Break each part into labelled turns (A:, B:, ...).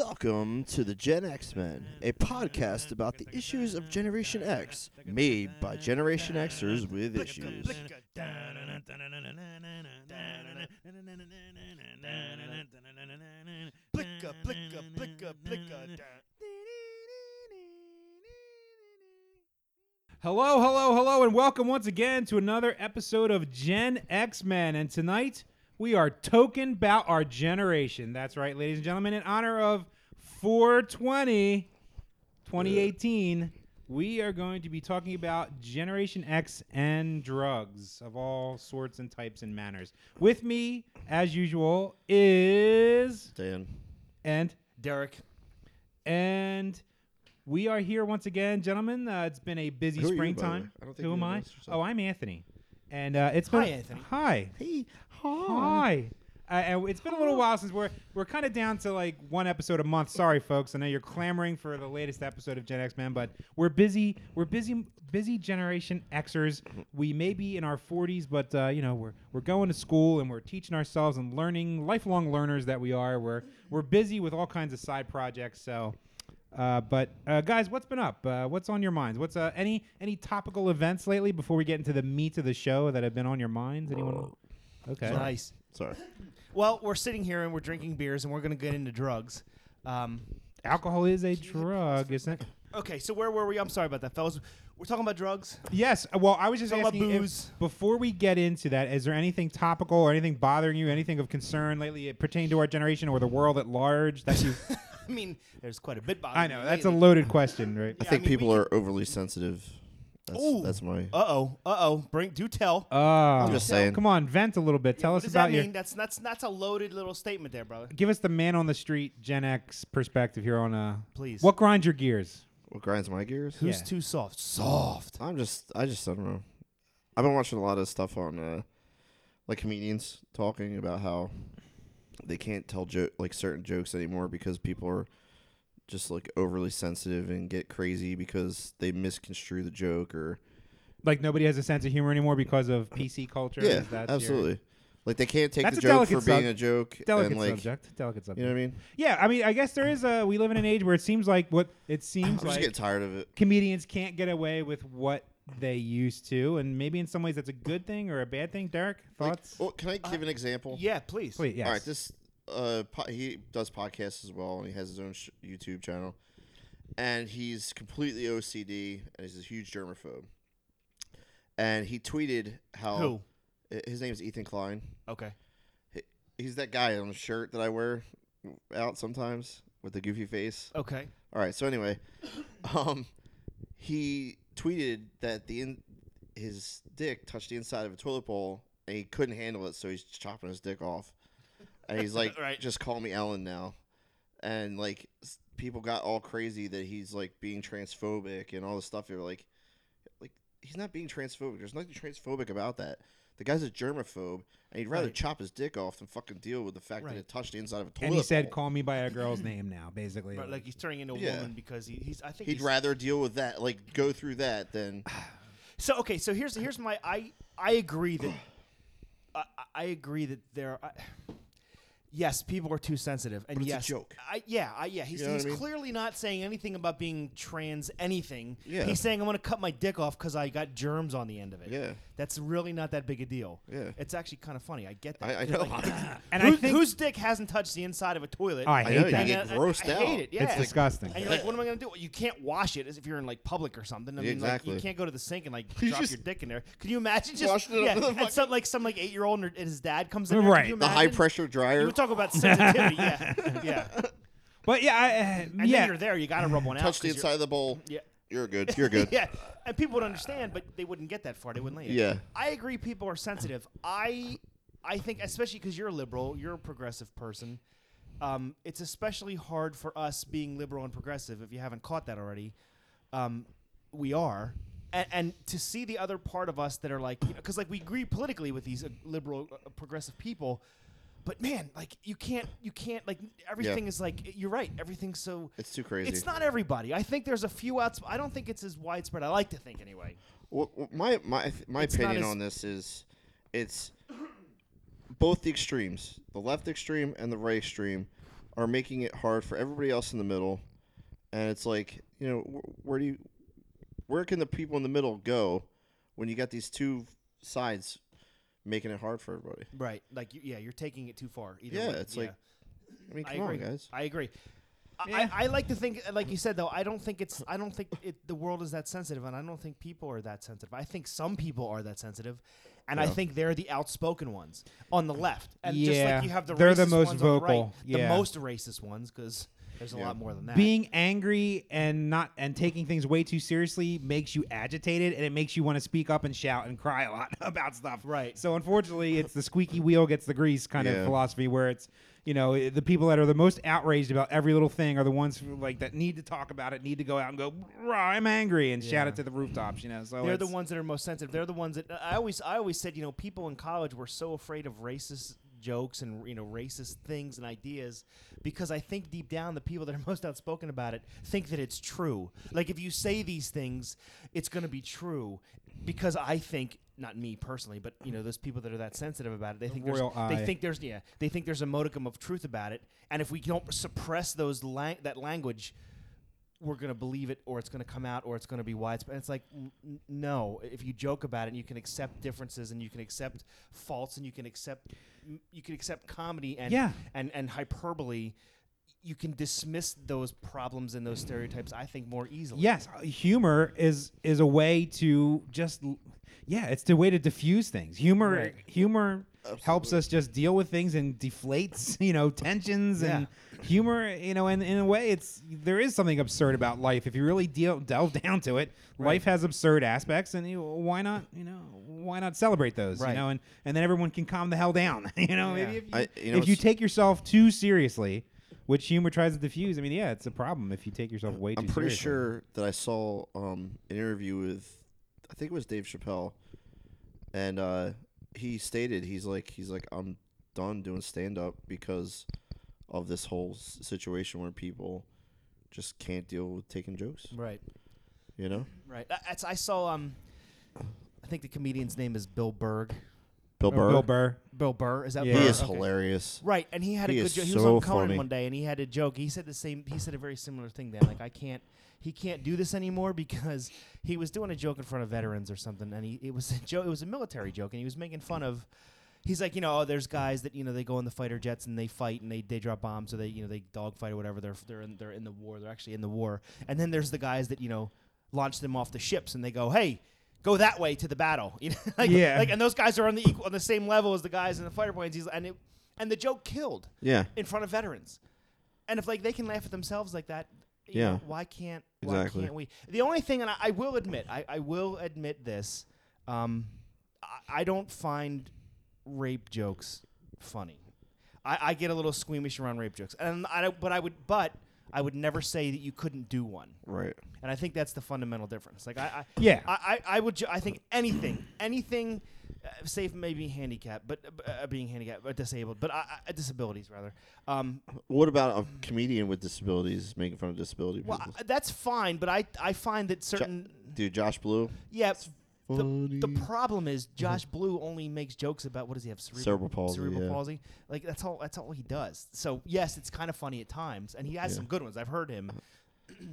A: Welcome to the Gen X Men, a podcast about the issues of Generation X, made by Generation Xers with issues.
B: Blicka, blicka, blicka, blicka.
C: Hello, hello, hello, and welcome once again to another episode of Gen X Men. And tonight we are token about our generation. That's right, ladies and gentlemen, in honor of 420 2018, we are going to be talking about Generation X and drugs of all sorts and types and manners. With me, as usual, is
A: Dan.
C: and
B: Derek.
C: and we are here once again, gentlemen. Uh, it's been a busy
A: Who are you, by the way?
C: springtime.
A: I don't think
C: Who
A: you
C: am I?
A: announced yourself.
C: Oh, I'm Anthony. And uh, it's been
B: Hi, Anthony.
C: Hi.
A: Hey,
C: Hi. Uh, and it's been a little while since we're we're kind of down to like one episode a month. Sorry, folks. I know you're clamoring for the latest episode of Gen X Men, but we're busy. We're busy, busy Generation Xers. We may be in our 40s, but uh, you know we're we're going to school and we're teaching ourselves and learning, lifelong learners that we are. We're we're busy with all kinds of side projects. So, uh, but uh, guys, what's been up? Uh, what's on your minds? What's uh, any any topical events lately before we get into the meat of the show that have been on your minds? Anyone? Okay.
B: Nice.
A: Sorry.
B: Well, we're sitting here and we're drinking beers and we're going to get into drugs. Um,
C: Alcohol is a drug, isn't it?
B: okay, so where were we? I'm sorry about that, fellas. We're talking about drugs.
C: Yes. uh, Well, I was just
B: Tell 'em
C: asking if-
B: booze.
C: before we get into that. Is there anything topical or anything bothering you? Anything of concern lately uh, pertaining to our generation or the world at large? That you,
B: I mean, there's quite a bit. bothering
C: I know
B: me
C: that's a
B: lately.
C: loaded question, right?
A: I
B: Yeah, I
A: think
B: mean,
A: people
B: we
A: are overly sensitive. That's,
B: Ooh.
A: that's my.
B: Uh oh. Uh oh. Bring. Do tell.
C: Oh,
A: I'm just saying.
C: Come on, vent a little bit. Tell
B: what
C: us
B: does
C: about
B: that
C: your.
B: mean? That's that's that's a loaded little statement there, brother.
C: Give us the man on the street Gen X perspective here on uh.
B: Please.
C: What grinds your gears?
A: What grinds my gears?
B: Who's
C: Yeah.
B: too soft? Soft.
A: I'm just. I just. I don't know. I've been watching a lot of stuff on, uh, like comedians talking about how they can't tell jo- like certain jokes anymore because people are just like overly sensitive and get crazy because they misconstrue the joke or
C: Like nobody has a sense of humor anymore because of PC culture.
A: yeah,
C: Is that your-
A: absolutely. Like they can't take
C: That's
A: the
C: a
A: joke
C: delicate
A: for being
C: sub-
A: a joke
C: Delicate
A: and like
C: subject. Delicate subject.
A: you know what I mean.
C: Yeah, I mean, I guess there is a. We live in an age where it seems like what
A: I'm
C: it seems
A: just getting
C: like
A: tired of it.
C: comedians can't get away with what they used to, and maybe in some ways that's a good thing or a bad thing. Derek,
A: Like,
C: thoughts?
A: oh, can I give an example?
B: Yeah, please.
C: Wait, yes.
A: All right, this uh, po- he does podcasts as well, and he has his own sh- YouTube channel, and he's completely OCD, and he's a huge germaphobe. And he tweeted how
B: Who?
A: I- his name is Ethan Klein.
B: Okay.
A: He's that guy on the shirt that I wear out sometimes with the goofy face.
B: Okay.
A: All right. So anyway, um, he tweeted that the in- his dick touched the inside of a toilet bowl and he couldn't handle it, so he's chopping his dick off. And he's like,
B: Right.
A: "Just call me Ellen now." And like, s- people got all crazy that he's like being transphobic and all this stuff. You're like, like he's not being transphobic. There's nothing transphobic about that. The guy's a germaphobe, and he'd rather
B: Right.
A: chop his dick off than fucking deal with the fact
B: Right.
A: that it touched the inside of a toilet.
C: and he said,
A: bowl.
C: "Call me by a girl's name now." Basically,
B: Right, like he's turning into a
A: Yeah.
B: woman because he, he's. I think
A: He'd
B: he's-
A: rather deal with that, like go through that, than
B: So okay, so here's here's my I I agree that I, I- I agree that there. I, yes, people are too sensitive, and
A: But it's a
B: yes,
A: joke.
B: I, yeah, I, yeah. He's,
A: You know what
B: he's
A: I mean?
B: clearly not saying anything about being trans anything.
A: Yeah.
B: he's saying I'm gonna cut my dick off because I got germs on the end of it.
A: Yeah.
B: that's really not that big a deal.
A: Yeah.
B: it's actually kind of funny. I get that.
A: I, I
B: It's
A: know.
B: like,
C: and I
B: whose-
C: think
B: whose dick hasn't touched the inside of a toilet?
C: Oh, I
A: I
C: hate
A: know you
C: that.
A: get
B: I- I-
A: grossed
B: I
A: out.
B: hate it, yeah.
C: it's
B: like-
C: disgusting.
B: And you're like, what am I gonna do? You can't wash it as if you're in like public or something. I mean, like
A: Exactly.
B: you can't go to the sink and like
A: You
B: drop
A: just
B: your dick in there. Can you imagine just
A: washed it up
B: yeah?
A: with a
B: and
A: fucking-
B: some like some like eight year old and her- and his dad comes in. there.
C: Right.
B: Can you
A: the high
B: imagine?
A: pressure dryer
B: You talk about sensitivity. yeah, yeah.
C: But yeah, I, uh,
B: And
C: yeah.
B: then you're there. You gotta rub one out.
A: touched the
B: 'cause you're-
A: inside of the bowl.
B: Yeah.
A: You're good. You're good.
B: yeah, and people would understand, but they wouldn't get that far. They wouldn't let you.
A: Yeah.
B: I agree. People are sensitive. I, I think, especially because you're a liberal, you're a progressive person. Um, it's especially hard for us being liberal and progressive if you haven't caught that already. Um, we are, and, and to see the other part of us that are like, because like we agree politically with these uh, liberal, uh, progressive people. But man, like you can't, you can't like everything is like you're right. Everything's so
A: It's too crazy.
B: it's not everybody. I think there's a few outs. I don't think it's as widespread. I like to think anyway.
A: Well, well, my my my
B: It's not
A: opinion
B: as-
A: on this is, it's both the extremes, the left extreme and the right extreme, are making it hard for everybody else in the middle, and it's like you know wh- where do you, where can the people in the middle go when you got these two sides making it hard for everybody?
B: Right. Like, you, yeah, you're taking it too far. Either
A: Yeah,
B: way.
A: it's like- I mean,
B: I
A: come
B: agree.
A: on, guys.
B: I agree. I-
C: Yeah.
B: I, I like to think, like you said, though, I don't think it's, I don't think it, the world is that sensitive, and I don't think people are that sensitive. I think some people are that sensitive, and I
A: Yeah.
B: think they're the outspoken ones on the left, and just
C: Yeah.
B: like you have the
C: They're the
B: racist
C: most
B: ones on the right,
C: vocal. Yeah.
B: the most racist ones, because there's a
A: Yeah.
B: lot more than that.
C: being angry and not and taking things way too seriously makes you agitated and it makes you want to speak up and shout and cry a lot about stuff
B: Right.
C: so unfortunately it's the squeaky wheel gets the grease kind of
A: Yeah.
C: philosophy where it's you know i- the people that are the most outraged about every little thing are the ones who, like that need to talk about it need to go out and go "Rah, i'm angry and shout
B: Yeah.
C: it to the rooftops you know so
B: they're the
C: it's-
B: ones that are most sensitive. They're the ones that I always I always said, you know, people in college were so afraid of racist jokes and you know racist things and ideas because I think deep down the people that are most outspoken about it think that it's true. Like if you say these things, it's going to be true because I think not me personally, but you know those people that are that sensitive about it, they think there's,
C: royal eye.
B: they think there's yeah they think there's a modicum of truth about it, and if we don't suppress those lang- that language, we're going to believe it or it's going to come out or it's going to be widespread. And it's like, n- n- no, if you joke about it and you can accept differences and you can accept faults and you can accept m- you can accept comedy and
C: Yeah.
B: and, and hyperbole, you can dismiss those problems and those stereotypes, I think, more easily.
C: Yes, uh, humor is is a way to just l- yeah, it's the way to diffuse things. Humor
B: Right.
C: humor helps us just deal with things and deflates, you know, tensions and humor, you know, and in a way it's there is something absurd about life if you really deal delve down to it. Life has absurd aspects and you, why not, you know, why not celebrate those, you
B: Right.
C: know, and and then everyone can calm the hell down, you know,
B: Yeah.
C: maybe if you,
A: I- you know,
C: if you
A: it's-
C: take yourself too seriously, which humor tries to diffuse. I mean, yeah, it's a problem if you take yourself way too
A: I'm pretty
C: seriously.
A: sure that I saw um, an interview with, I think it was Dave Chappelle, and uh, he stated he's like he's like I'm done doing stand up because of this whole s- situation where people just can't deal with taking jokes.
B: Right.
A: You know,
B: Right. I, that's- I saw um I think the comedian's name is Bill Berg.
A: Bill
C: Or
A: Burr.
C: Bill Burr.
B: Oh, Bill Burr is that
C: Yeah.
A: He
B: Burr?
A: is
B: Okay.
A: hilarious.
B: Right, and he had
A: He
B: a good
A: is
B: joke. He was
A: so
B: on Conan
A: funny.
B: one day, and he had a joke. He said the same. He said a very similar thing. Then, like, I can't. He can't do this anymore because he was doing a joke in front of veterans or something, and he it was a joke. It was a military joke, and he was making fun of. He's like, you know, oh, there's guys that you know they go in the fighter jets and they fight and they, they drop bombs or they you know they dogfight or whatever. They're they're in, they're in the war. They're actually in the war. And then there's the guys that you know launch them off the ships and they go, hey, go that way to the battle. You know, like,
C: Yeah.
B: like and those guys are on the equal, on the same level as the guys in the fighter planes. He's, and it, and the joke killed
A: Yeah,
B: in front of veterans. And if like they can laugh at themselves like that, you
A: Yeah.
B: know, why can't
A: Exactly.
B: why can't we? The only thing, and I, I will admit, I, I will admit this, um, I, I don't find rape jokes funny. I, I get a little squeamish around rape jokes, and I don't- but I would but I would never say that you couldn't do one.
A: right.
B: And I think that's the fundamental difference. Like I, I
C: Yeah.
B: I, I, I would. Ju- I think anything, anything, uh, save maybe handicap, but uh, uh, being handicapped, but disabled, but I, I, uh, disabilities rather. Um,
A: What about a comedian with disabilities making fun of disability
B: well,
A: people?
B: I- that's fine, but I, I find that certain,
A: Dude, Josh Blue,
B: yeah. The, the
A: funny. Mm-hmm.
B: problem is Josh Blue only makes jokes about what does he have cerebral,
A: Cerebral palsy,
B: cerebral
A: yeah.
B: palsy. Like that's all that's all he does. So yes, it's kind of funny at times, and he has some good ones. I've heard him.
A: Uh,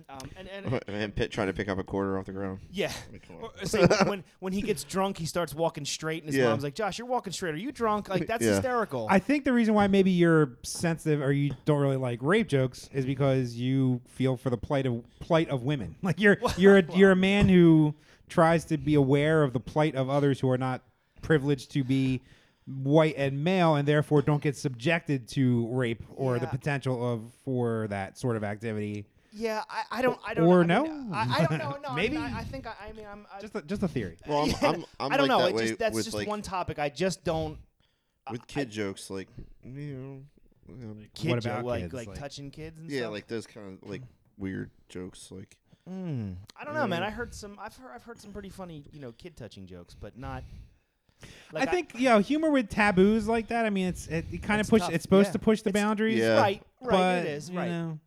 B: um, and, and
A: and Pitt trying to pick up a quarter off the ground.
B: Yeah.
A: mean, come
B: Or
A: on.
B: or say when- when when he gets drunk, he starts walking straight, and his
A: Yeah.
B: mom's like, "Josh, you're walking straight. Are you drunk? Like that's
A: Yeah.
B: hysterical."
C: I think the reason why maybe you're sensitive or you don't really like rape jokes is because you feel for the plight of plight of women. Like you're you're a, you're a man who tries to be aware of the plight of others who are not privileged to be white and male and therefore don't get subjected to rape or the
B: Yeah.
C: potential of for that sort of activity.
B: yeah, I, I don't, I don't.
C: Or
B: know. I mean,
C: no.
B: I, I don't know. No,
C: Maybe.
B: I, mean, I, I think I, I mean, I'm. I,
C: Just a, just a theory.
A: Well, I'm, I'm, I'm
B: I don't
A: like
B: know.
A: that
B: It
A: way
B: just, that's
A: with
B: just
A: like
B: one topic. I just don't.
A: with kid jokes, like you know, um,
B: Kid
C: What
B: joke,
C: about
B: like,
C: kids?
B: like
C: Like-
B: touching kids and
A: yeah,
B: stuff?
A: like those kind of like weird jokes, like
B: Hmm. I
A: Mm.
B: don't know, man. I heard some. I've heard I've heard some pretty funny, you know, kid touching jokes, but not.
C: I think you know humor with taboos like that. I mean, it's it, it kind of
B: It's
C: push.
B: tough,
C: It's supposed
B: yeah.
C: to push the
B: It's-
C: boundaries.
A: Yeah.
B: right, right.
C: but,
B: it is
C: you
B: right.
C: know,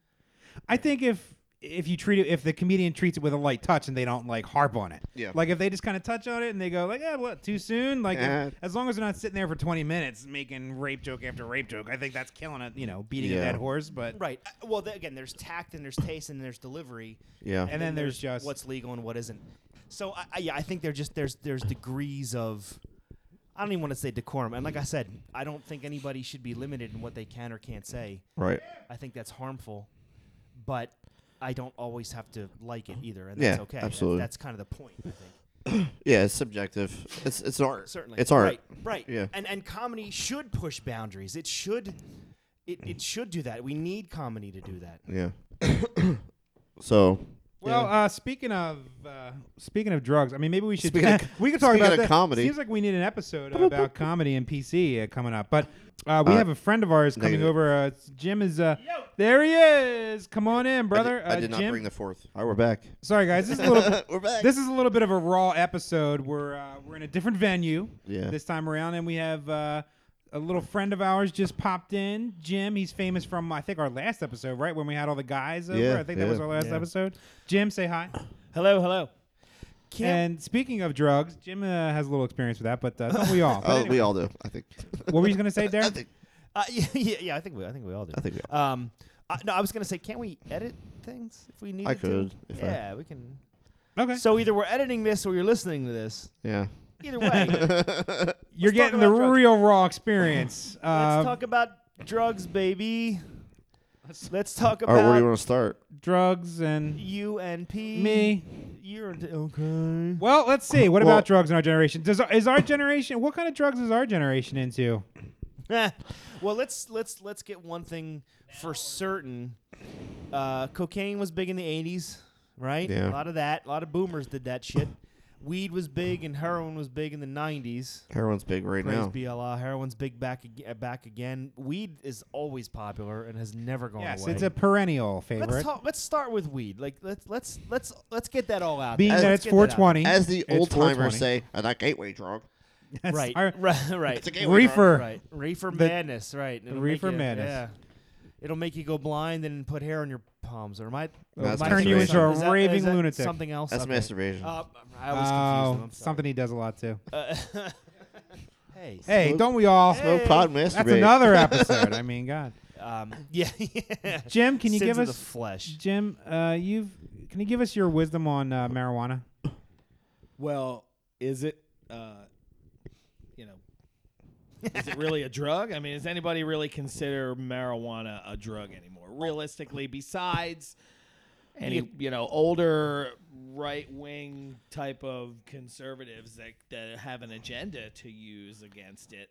C: I think if if you treat it if the comedian treats it with a light touch and they don't like harp on it.
A: Yeah.
C: Like if they just kind of touch on it and they go like, "Yeah, what? Too soon?" Like if-
A: Eh.
C: as long as they're not sitting there for 20 minutes making rape joke after rape joke, I think that's killing it, you know, beating a
A: Yeah.
C: dead horse, but
B: Right. Uh, Well, th- again, there's tact and there's taste and there's delivery.
A: Yeah.
C: And then there's just-
B: what's legal and what isn't. So I, I, yeah, I think there's just there's there's degrees of. I don't even want to say decorum, and like I said, I don't think anybody should be limited in what they can or can't say.
A: Right.
B: I think that's harmful, but I don't always have to like it either, and
A: Yeah,
B: that's okay. That-
A: absolutely.
B: that's kind of the point. I think.
A: Yeah, it's subjective. It's it's art.
B: certainly
A: It's art.
B: right right
A: Yeah.
B: and and comedy should push boundaries it should it, it should do that we need comedy to do that
A: Yeah. so
C: Well, uh, speaking of uh, speaking of drugs, I mean, maybe we should
A: Speaking of-
C: we could talk
A: speaking
C: about
A: of
C: that.
A: comedy.
C: Seems like we need an episode about comedy and PC uh, coming up, but uh, we
A: Uh,
C: have a friend of ours coming
A: negative.
C: over. Uh, Jim is uh, there. He is. Come on in, brother.
A: I did, I
C: uh,
A: did not
C: Jim-
A: bring the fourth. All right, we're back.
C: Sorry, guys. This is a little.
A: we're back.
C: This is a little bit of a raw episode. We're uh, we're in a different venue
A: Yeah.
C: this time around, and we have uh, a little friend of ours just popped in, Jim. He's famous from I think our last episode, right when we had all the guys over.
A: Yeah,
C: I think that was
A: yeah.
C: our last
B: Yeah.
C: episode. Jim, say hi.
B: hello hello can't
C: And speaking of drugs, Jim uh, has a little experience with that, but uh, don't we all? But
A: oh,
C: anyway,
A: we all do. I think.
C: what were you going to say, Darren?
A: I think.
B: uh, yeah, yeah yeah i think we i think we all do
A: I think. We
B: um I, no i was gonna say can't we edit things if we need
A: could,
B: to?
A: if I-
B: yeah we can
C: Okay.
B: so either we're editing this or you're listening to this
A: yeah.
B: either way let's
C: You're
B: talk
C: getting the
B: about drugs.
C: real raw experience. Uh,
A: Um,
B: talk about drugs baby
C: Let's-
B: let's talk
A: All right, where do you
B: about
A: want to start?
C: drugs and
B: you and p
C: me.
B: you're okay
C: Well, let's see. What
A: Well-
C: about drugs in our generation? Does is our generation? What kind of drugs is our generation into?
B: Eh. well, let's let's let's get one thing for certain. Uh, cocaine was big in the '80s, right?
A: Yeah.
B: A lot of that. A lot of boomers did that shit. Weed was big and heroin was big in the '90s.
A: Heroin's big right
B: Praise
A: now.
B: be Allah. Heroin's big back ag- uh, back again. Weed is always popular and has never gone
C: Yes,
B: away.
C: it's a perennial
B: let's
C: favorite.
B: talk, let's start with weed. Like let's let's let's let's get that all out.
C: Being
B: there.
A: As-
C: that
B: Let's
C: it's
B: get that out.
C: 420,
A: As the
C: it's
A: old timers
C: 420.
A: say, and that gateway drug.
C: That's
B: Right,
C: our-
B: right, right.
A: It's a gateway drug.
C: reefer.
B: Right. Reefer
C: The-
B: madness, right. It'll make
C: Reefer
B: you-
C: madness.
B: Yeah. It'll make you go blind and put hair on your palms, or might
A: That's
B: might-
A: Turn you
B: is
A: into
B: that-
C: a
B: is that-
C: raving
B: is that
C: lunatic.
B: Something else.
A: That's
B: Okay.
A: masturbation.
B: Uh, I was
C: Oh,
B: confused.
C: something he does a lot too.
B: Uh, something. hey.
C: Hey,
A: Smoke-
C: don't we all?
A: Smoke
B: Hey.
A: pot, masturbate.
C: That's another episode. I mean, God.
B: Um, yeah. yeah.
C: Jim, can you
B: Sins
C: give
B: of
C: us
B: the flesh?
C: Jim, uh, you've can you give us your wisdom on uh, marijuana?
D: Well, is it, uh, you know, is it really a drug? I mean, does anybody really consider marijuana a drug anymore? Realistically, besides any, you know, older right wing type of conservatives that, that have an agenda to use against it.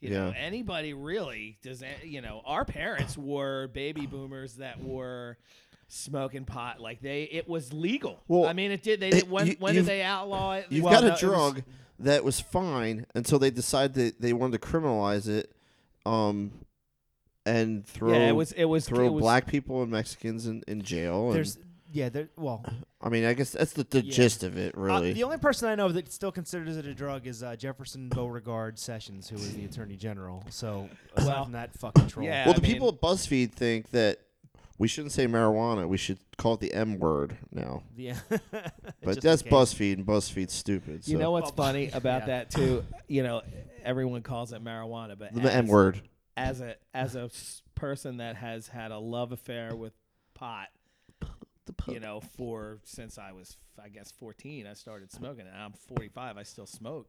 D: You know,
A: Yeah.
D: anybody really does, a- you know, our parents were baby boomers that were smoking pot like they it was legal
A: Well,
D: i mean it did they
A: it-
D: when,
A: you-
D: when did
A: you've-
D: they outlaw it
A: You've
D: Well,
A: got a
D: no, it was-
A: drug that was fine until they decided that they wanted to criminalize it, um, and throw
D: yeah, it was it was
A: throw
D: it was,
A: black people and Mexicans in, in jail. and-
B: There's yeah. There. Well,
A: I mean, I guess that's the, the
D: Yeah.
A: gist of it,
B: uh,
A: really.
B: the only person I know that still considers it a drug is uh, Jefferson Beauregard Sessions, who was the Attorney General. So aside
D: Well,
B: from that fucking troll.
D: yeah.
A: well,
D: I
A: the
D: mean-
A: people at BuzzFeed think that we shouldn't say marijuana; we should call it the M word now.
B: Yeah.
A: But that's BuzzFeed, and BuzzFeed's stupid.
D: You
A: so-
D: know what's funny about
B: yeah.
D: that too? You know, everyone calls it marijuana, but
A: The
D: as,
A: M word.
D: as a as a s- person that has had a love affair with pot, you know, for since I was I guess 14, I started smoking, and I'm 45, I still smoke.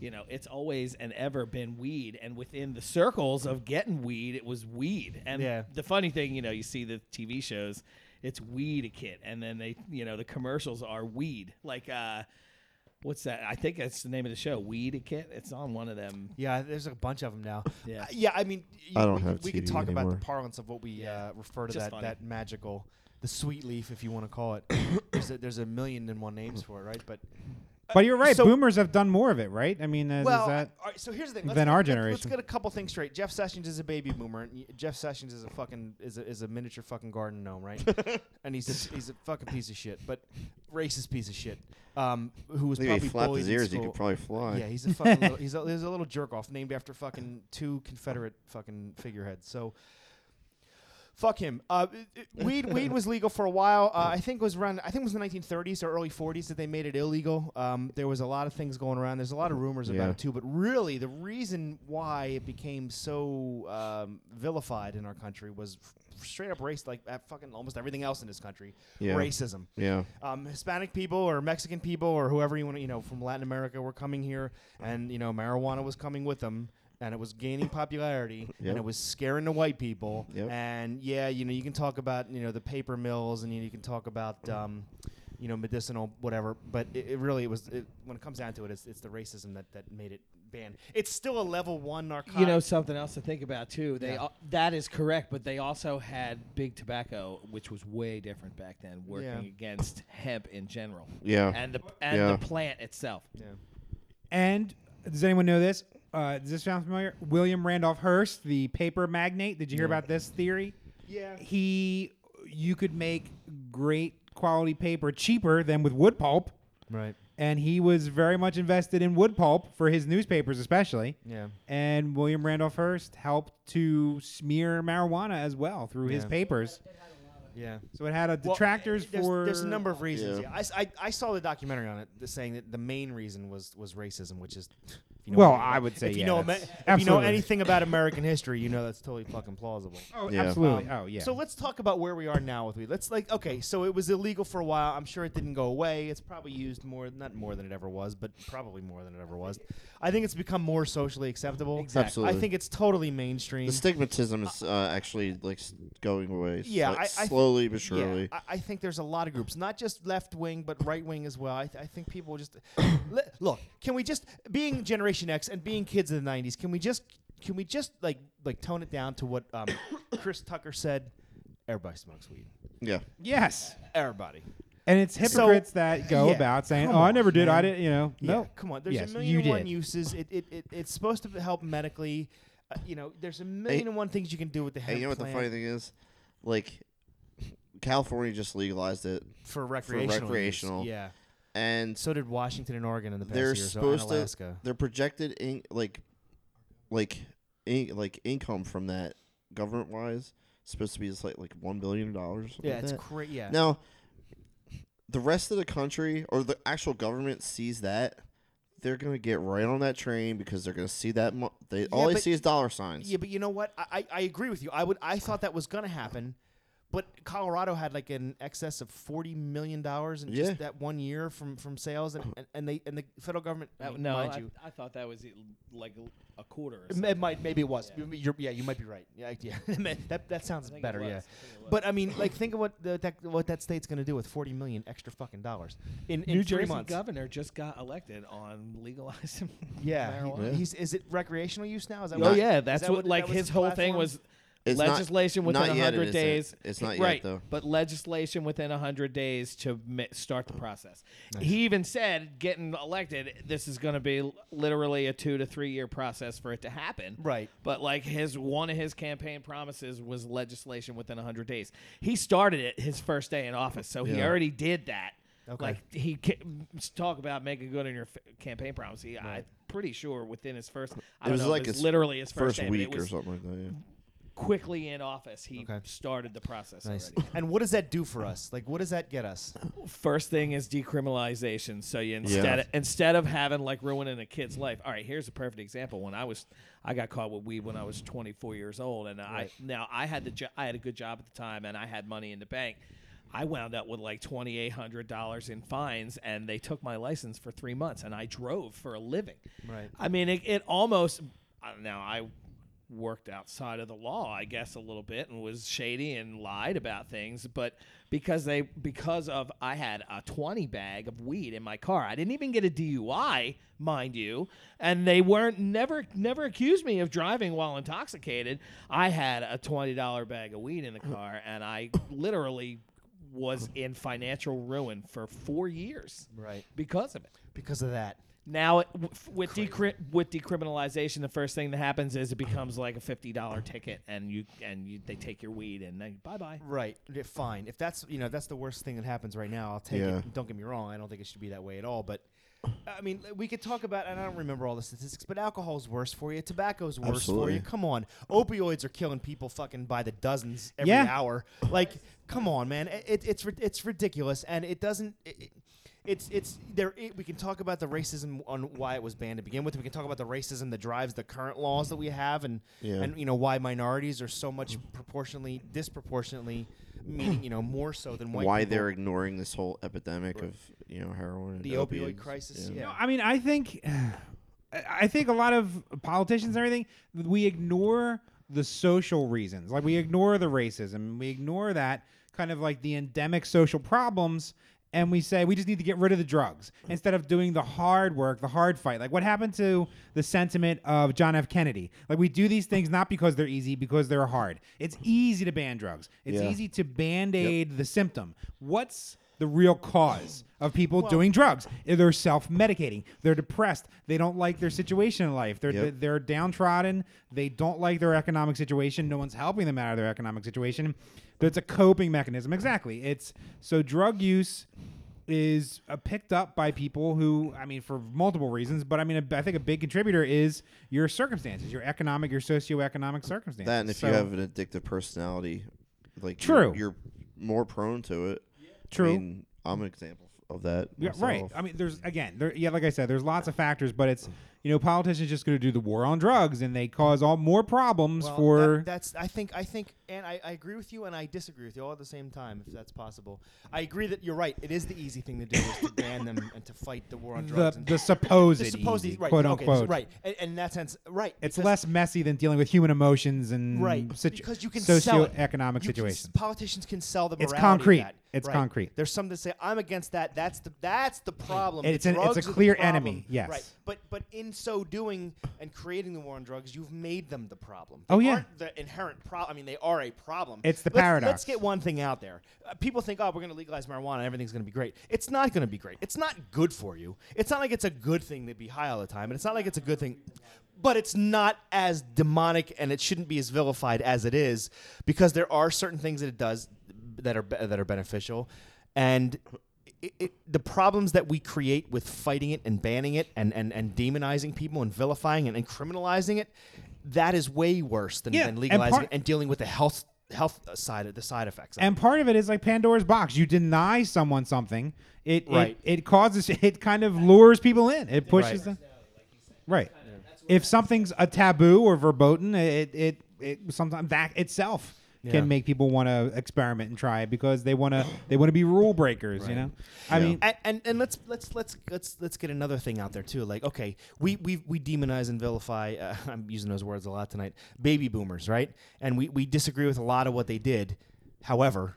D: You know, it's always and ever been weed, and within the circles of getting weed, it was weed. And
B: Yeah.
D: the funny thing, you know, you see the TV shows, it's weed a kid, and then they, you know, the commercials are weed, like uh. What's that? I think that's the name of the show. Weed a kit. It's on one of them.
B: Yeah, there's a bunch of them now.
D: Yeah.
B: Uh, yeah. I mean, y-
A: I don't
B: we,
A: have
B: could- we could
A: TV
B: talk about
A: anymore.
B: the parlance of what we
D: Yeah.
B: uh, refer to
D: Just
B: that
D: funny.
B: that magical, the sweet leaf, if you want to call it. there's a, there's a million and one names for it, right? But
C: But you're right.
B: Uh, so-
C: boomers have done more of it, right? I mean, is,
B: well,
C: is that
B: all right, so here's the thing. Let's get-
C: than our
B: let's- Let's
C: generation.
B: get a couple things straight. Jeff Sessions is a baby boomer. And y- Jeff Sessions is a fucking is a, is a miniature fucking garden gnome, right? and he's a, he's a fucking piece of shit, but racist piece of shit. Um, who was
A: I think if
B: probably
A: he flapped
B: bullied
A: his
B: in
A: ears, he
B: school.
A: could probably fly.
B: Yeah, he's a fucking little, he's a, he's a little jerk off named after fucking two Confederate fucking figureheads. So Fuck him. Uh, it- it- weed weed was legal for a while. Uh, I think it was around. I think it was the 1930s or early 40s that they made it illegal. Um, there was a lot of things going around. There's a lot of rumors
A: Yeah.
B: about it too. But really, the reason why it became so um, vilified in our country was f- straight up race, like at fucking almost everything else in this country.
A: Yeah.
B: Racism
A: Yeah.
B: um, Hispanic people or Mexican people or whoever you want to, you know, from Latin America were coming here, and you know, marijuana was coming with them, and it was gaining popularity,
A: Yep.
B: and it was scaring the white people.
A: Yep.
B: And yeah, you know, you can talk about you know the paper mills, and you, you can talk about.
A: Mm-hmm.
B: Um, you know, medicinal, whatever, but it, it really was. It, when it comes down to it, it's, it's the racism that, that made it banned. It's still a level one narcotic.
D: You know something else to think about too. They
B: Yeah.
D: al- that is correct, but they also had big tobacco, which was way different back then, working
B: Yeah.
D: against hemp in general,
A: Yeah.
D: and the and
A: Yeah.
D: the plant itself.
B: yeah.
C: And does anyone know this? Uh, does this sound familiar? William Randolph Hearst, the paper magnate. Did you hear about this theory?
B: Yeah.
C: He, you could make great quality paper cheaper than with wood pulp,
B: Right.
C: and he was very much invested in wood pulp for his newspapers, especially.
B: Yeah.
C: And William Randolph Hearst helped to smear marijuana as well through his
B: Yeah.
C: papers.
B: Yeah.
C: So it had a
B: Well,
C: detractors
B: there's,
C: for.
B: there's a number of reasons.
A: Yeah.
B: Yeah, I s I I I, saw the documentary on it, th- saying that the main reason was was racism, which is. If you
C: Well,
B: anything
C: I
B: about-
C: would say
B: if you
C: yeah,
B: know Ama-
C: that's-
B: if you know
C: absolutely.
B: anything about American history, you know that's totally fucking plausible.
C: Oh,
A: Yeah.
C: absolutely.
B: Um,
C: oh, yeah.
B: So let's talk about where we are now with weed. Let's like okay, so it was illegal for a while. I'm sure it didn't go away. It's probably used more, not more than it ever was, but probably more than it ever was. I think it's become more socially acceptable.
D: Exactly.
A: Absolutely.
B: I think it's totally mainstream.
A: the stigmatism is uh, actually like s- going away.
B: Yeah,
A: sli-
B: I- I th-
A: slowly but surely.
B: Yeah, I, I think there's a lot of groups, not just left wing, but right wing as well. I, th- I think people just Le- look. Can we just being Generation X and being kids of the '90s? Can we just can we just like like tone it down to what um, Chris Tucker said? Everybody smokes weed.
A: yeah.
C: yes.
B: Everybody.
C: And it's
B: So-
C: hypocrites that go
B: yeah,
C: about saying,
B: come
C: "Oh, I
B: on,
C: never did. I
B: man.
C: didn't." You know,
B: No,
C: no.
B: come on. There's
C: Yes,
B: a
C: you
B: million and one
C: did.
B: uses. It, it, it it's supposed to help medically. Uh, you know, there's a million and one things you can do with the hemp
A: And you know what the
B: plant
A: funny thing is? Like, California just legalized it,
B: for recreational. use.
A: recreational.
B: Yeah.
A: and
B: So did Washington and Oregon in the past
A: they're
B: year.
A: supposed
B: so, and Alaska.
A: to. Their projected in, like, like, in, like income from that government wise supposed to be just like like one billion dollars.
B: Yeah,
A: like
B: it's
A: that.
B: crazy. Yeah.
A: Now, the rest of the country or the actual government sees that, they're gonna get right on that train because they're gonna see that. Mo- they all they
B: but-
A: see is dollar signs.
B: Yeah, but you know what? I, I, I agree with you. I would I thought that was gonna happen, but Colorado had like an excess of forty million dollars in
A: Yeah.
B: just that one year from, from sales, and, and, and they and the federal government. I
D: Uh,
B: mean,
D: no,
B: mind
D: I,
B: you,
D: I thought that was e, like a quarter. Or
B: it
D: something.
B: m- it might maybe it was.
D: Yeah.
B: You- You're, yeah, you might be right. Yeah, I- yeah. that that
D: I
B: sounds
D: think it
B: better.
D: was. I
B: Yeah.
D: think it was.
B: But uh, I mean, like, think of what the, that what that state's gonna do with forty million extra fucking dollars in, in
D: New
B: three
D: Jersey
B: months.
D: governor just got elected on legalizing
B: yeah, he-
D: marijuana.
B: he's is it recreational use now? Is that
D: Oh
A: Not-
B: what-
D: yeah,
B: is
D: that's
B: that
D: what like
B: that was
D: his whole thing
B: platform?
D: was
A: It's not-
D: legislation within
A: not yet it
D: 100
A: isn't.
D: days.
A: It's not yet,
D: right,
A: though.
D: But legislation within 100 days to mi- start the process. He even said getting elected this is going to be l- literally a 2 to 3 year process for it to happen.
B: Right.
D: But like his one of his campaign promises was legislation within 100 days. He started it his first day in office, so he
A: Yeah.
D: already did that.
B: Okay.
D: Like he ca- talk about making good on your f- campaign promise. He, I'm pretty sure within his first, I
A: It
D: don't
A: was
D: know,
A: like
D: it was
A: his
D: literally his first,
A: first
D: day, but it
A: week or
D: was
A: something like that. Yeah.
D: quickly in office, he
B: Okay.
D: started the process
B: Nice.
D: already.
B: And what does that do for us? Like, what does that get us?
D: First thing is decriminalization. So you instead
A: Yeah.
D: instead of having like ruining a kid's life. All right, here's a perfect example. When I was I got caught with weed when I was 24 years old, and I now I had the jo- I had a good job at the time, and I had money in the bank. I wound up with like twenty eight hundred dollars in fines, and they took my license for three months, and I drove for a living.
B: Right.
D: I mean, it, it almost. I don't know. I worked outside of the law, I guess, a little bit, and was shady and lied about things. But because they, because of, I had a twenty bag of weed in my car. I didn't even get a DUI, mind you, and they weren't never, never accused me of driving while intoxicated. I had a twenty dollar bag of weed in the car, and I literally was in financial ruin for four years
B: Right.
D: because of it.
B: Because of that.
D: Now, it, w- f- with decri- with decriminalization, the first thing that happens is it becomes like a fifty dollar ticket, and you and you, they take your weed, and then bye bye.
B: Right. Yeah, Fine. If that's you know that's the worst thing that happens right now, I'll take
A: Yeah.
B: it. Don't get me wrong. I don't think it should be that way at all. But I mean, we could talk about, and I don't remember all the statistics, but alcohol's worse for you. Tobacco's worse for
A: Absolutely.
B: you. Come on, opioids are killing people fucking by the dozens every
C: Yeah.
B: hour. Like, come on, man, I- it, it's rid- it's ridiculous, and it doesn't. It, it- it's it's there. It, we can talk about the racism on why it was banned to begin with. We can talk about the racism that drives the current laws that we have, and
A: Yeah.
B: and you know why minorities are so much proportionally disproportionately, meaning you know more so than white.
A: why
B: people.
A: they're ignoring this whole epidemic of you know heroin, and
B: The opioid
A: opiates.
B: crisis, yeah.
C: No, I mean, I think, I- I think a lot of politicians and everything, we ignore the social reasons. Like we ignore the racism, we ignore that kind of like the endemic social problems, and we say we just need to get rid of the drugs instead of doing the hard work, the hard fight. Like what happened to the sentiment of John F. Kennedy? Like we do these things not because they're easy, because they're hard. It's easy to ban drugs. It's
A: Yeah.
C: easy to band aid the symptom. What's the real cause of people doing drugs. They're self-medicating. They're depressed. They don't like their situation in life. They're
A: Yep.
C: they're downtrodden. They don't like their economic situation. No one's helping them out of their economic situation. It's a coping mechanism. Exactly. It's so drug use is uh, picked up by people who, I mean, for multiple reasons, but I mean, I think a big contributor is your circumstances, your economic, your socioeconomic circumstances.
A: That and if
C: So-
A: you have an addictive personality, like you're,
C: True.
A: you're more prone to it.
C: True.
A: I mean, I'm an example of that.
C: Yeah, right.
A: myself.
C: I mean, there's again, there, yeah, like I said, there's lots of factors, but it's you know, politicians just going to do the war on drugs, and they cause all more problems
B: Well,
C: for.
B: that- that's I think I think and I, I agree with you and I disagree with you all at the same time if that's possible. I agree that you're right. It is the easy thing to do is to ban them and to fight the war on drugs.
C: the,
B: and
C: the supposed,
B: the supposed
C: easy,
B: right,
C: quote
B: okay,
C: unquote.
B: right, and, and in that sense, right.
C: It's
B: because-
C: less messy than dealing with human emotions and
B: right
C: situ-
B: because you can sell it.
C: socioeconomic
B: You can s-
C: situations.
B: politicians can sell the
C: It's
B: morality of
C: concrete.
B: that.
C: It's
B: Right.
C: concrete.
B: There's some that say I'm against that. That's the that's the problem.
C: It's
B: The
C: an- it's a
B: drugs are the
C: clear
B: problem.
C: enemy, yes.
B: Right. But but in so doing and creating the war on drugs, you've made them the problem.
C: Oh, yeah.
B: aren't the inherent problem. I mean, they are a problem.
C: It's the
B: let's,
C: paradox.
B: Let's get one thing out there. Uh, people think, oh, we're going to legalize marijuana and everything's going to be great. It's not going to be great. It's not good for you. It's not like it's a good thing to be high all the time, and it's not like it's a good thing. But it's not as demonic, and it shouldn't be as vilified as it is, because there are certain things that it does that are be- that are beneficial, and. It, it, the problems that we create with fighting it and banning it and, and, and demonizing people and vilifying it and criminalizing it, that is way worse than,
C: Yeah,
B: than
C: and
B: legalizing
C: part-
B: it and dealing with the health health side of the side effects. of it.
C: And part of it is like Pandora's box. You deny someone something, it
B: Right.
C: it, it causes it kind of lures people in. It pushes them. Right. If something's a taboo or verboten, it it, it sometimes that itself
B: Yeah.
C: can make people want to experiment and try it because they want to they want to be rule breakers. You know. I
A: Yeah.
C: mean,
B: and, and and let's let's let's let's let's get another thing out there too. Like, okay, we we we demonize and vilify. Uh, I'm using those words a lot tonight. Baby boomers, right? And we we disagree with a lot of what they did. However,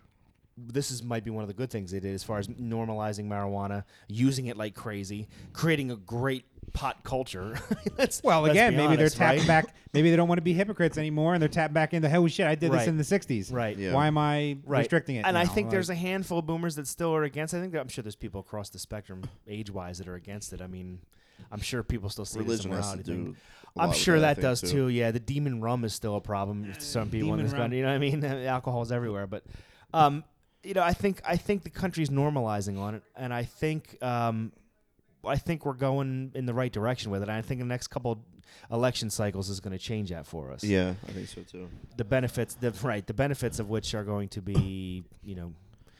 B: this is might be one of the good things they did as far as normalizing marijuana, using it like crazy, creating a great pot culture. Let's-
C: well,
B: let's
C: again,
B: be
C: maybe
B: honest,
C: they're tapping
B: right?
C: back. Maybe they don't want to be hypocrites anymore, and they're tapping back into, "Holy shit, I did this
B: Right.
C: in the '60s.
B: Right.
A: Yeah.
C: Why am I
B: right.
C: restricting it?"
B: And I
C: now?
B: think
C: Like-
B: there's a handful of boomers that still are against. I think that I'm sure there's people across the spectrum, age wise, that are against it. I mean, I'm sure people still see
A: Religion
B: it as
A: has
B: a
A: to
B: morality thing.
A: do. a lot
B: I'm
A: with
B: sure
A: I
B: that
A: think,
B: does too. Yeah, the demon rum is still a problem to some people in
C: Demon
B: this
C: rum.
B: country. You know what I mean? Alcohol's everywhere, but um, you know, I think I think the country's normalizing on it, and I think um, I think we're going in the right direction with it. I think the next couple election cycles is going to change that for us
A: Yeah, I think so too.
B: the benefits the right the benefits of which are going to be you know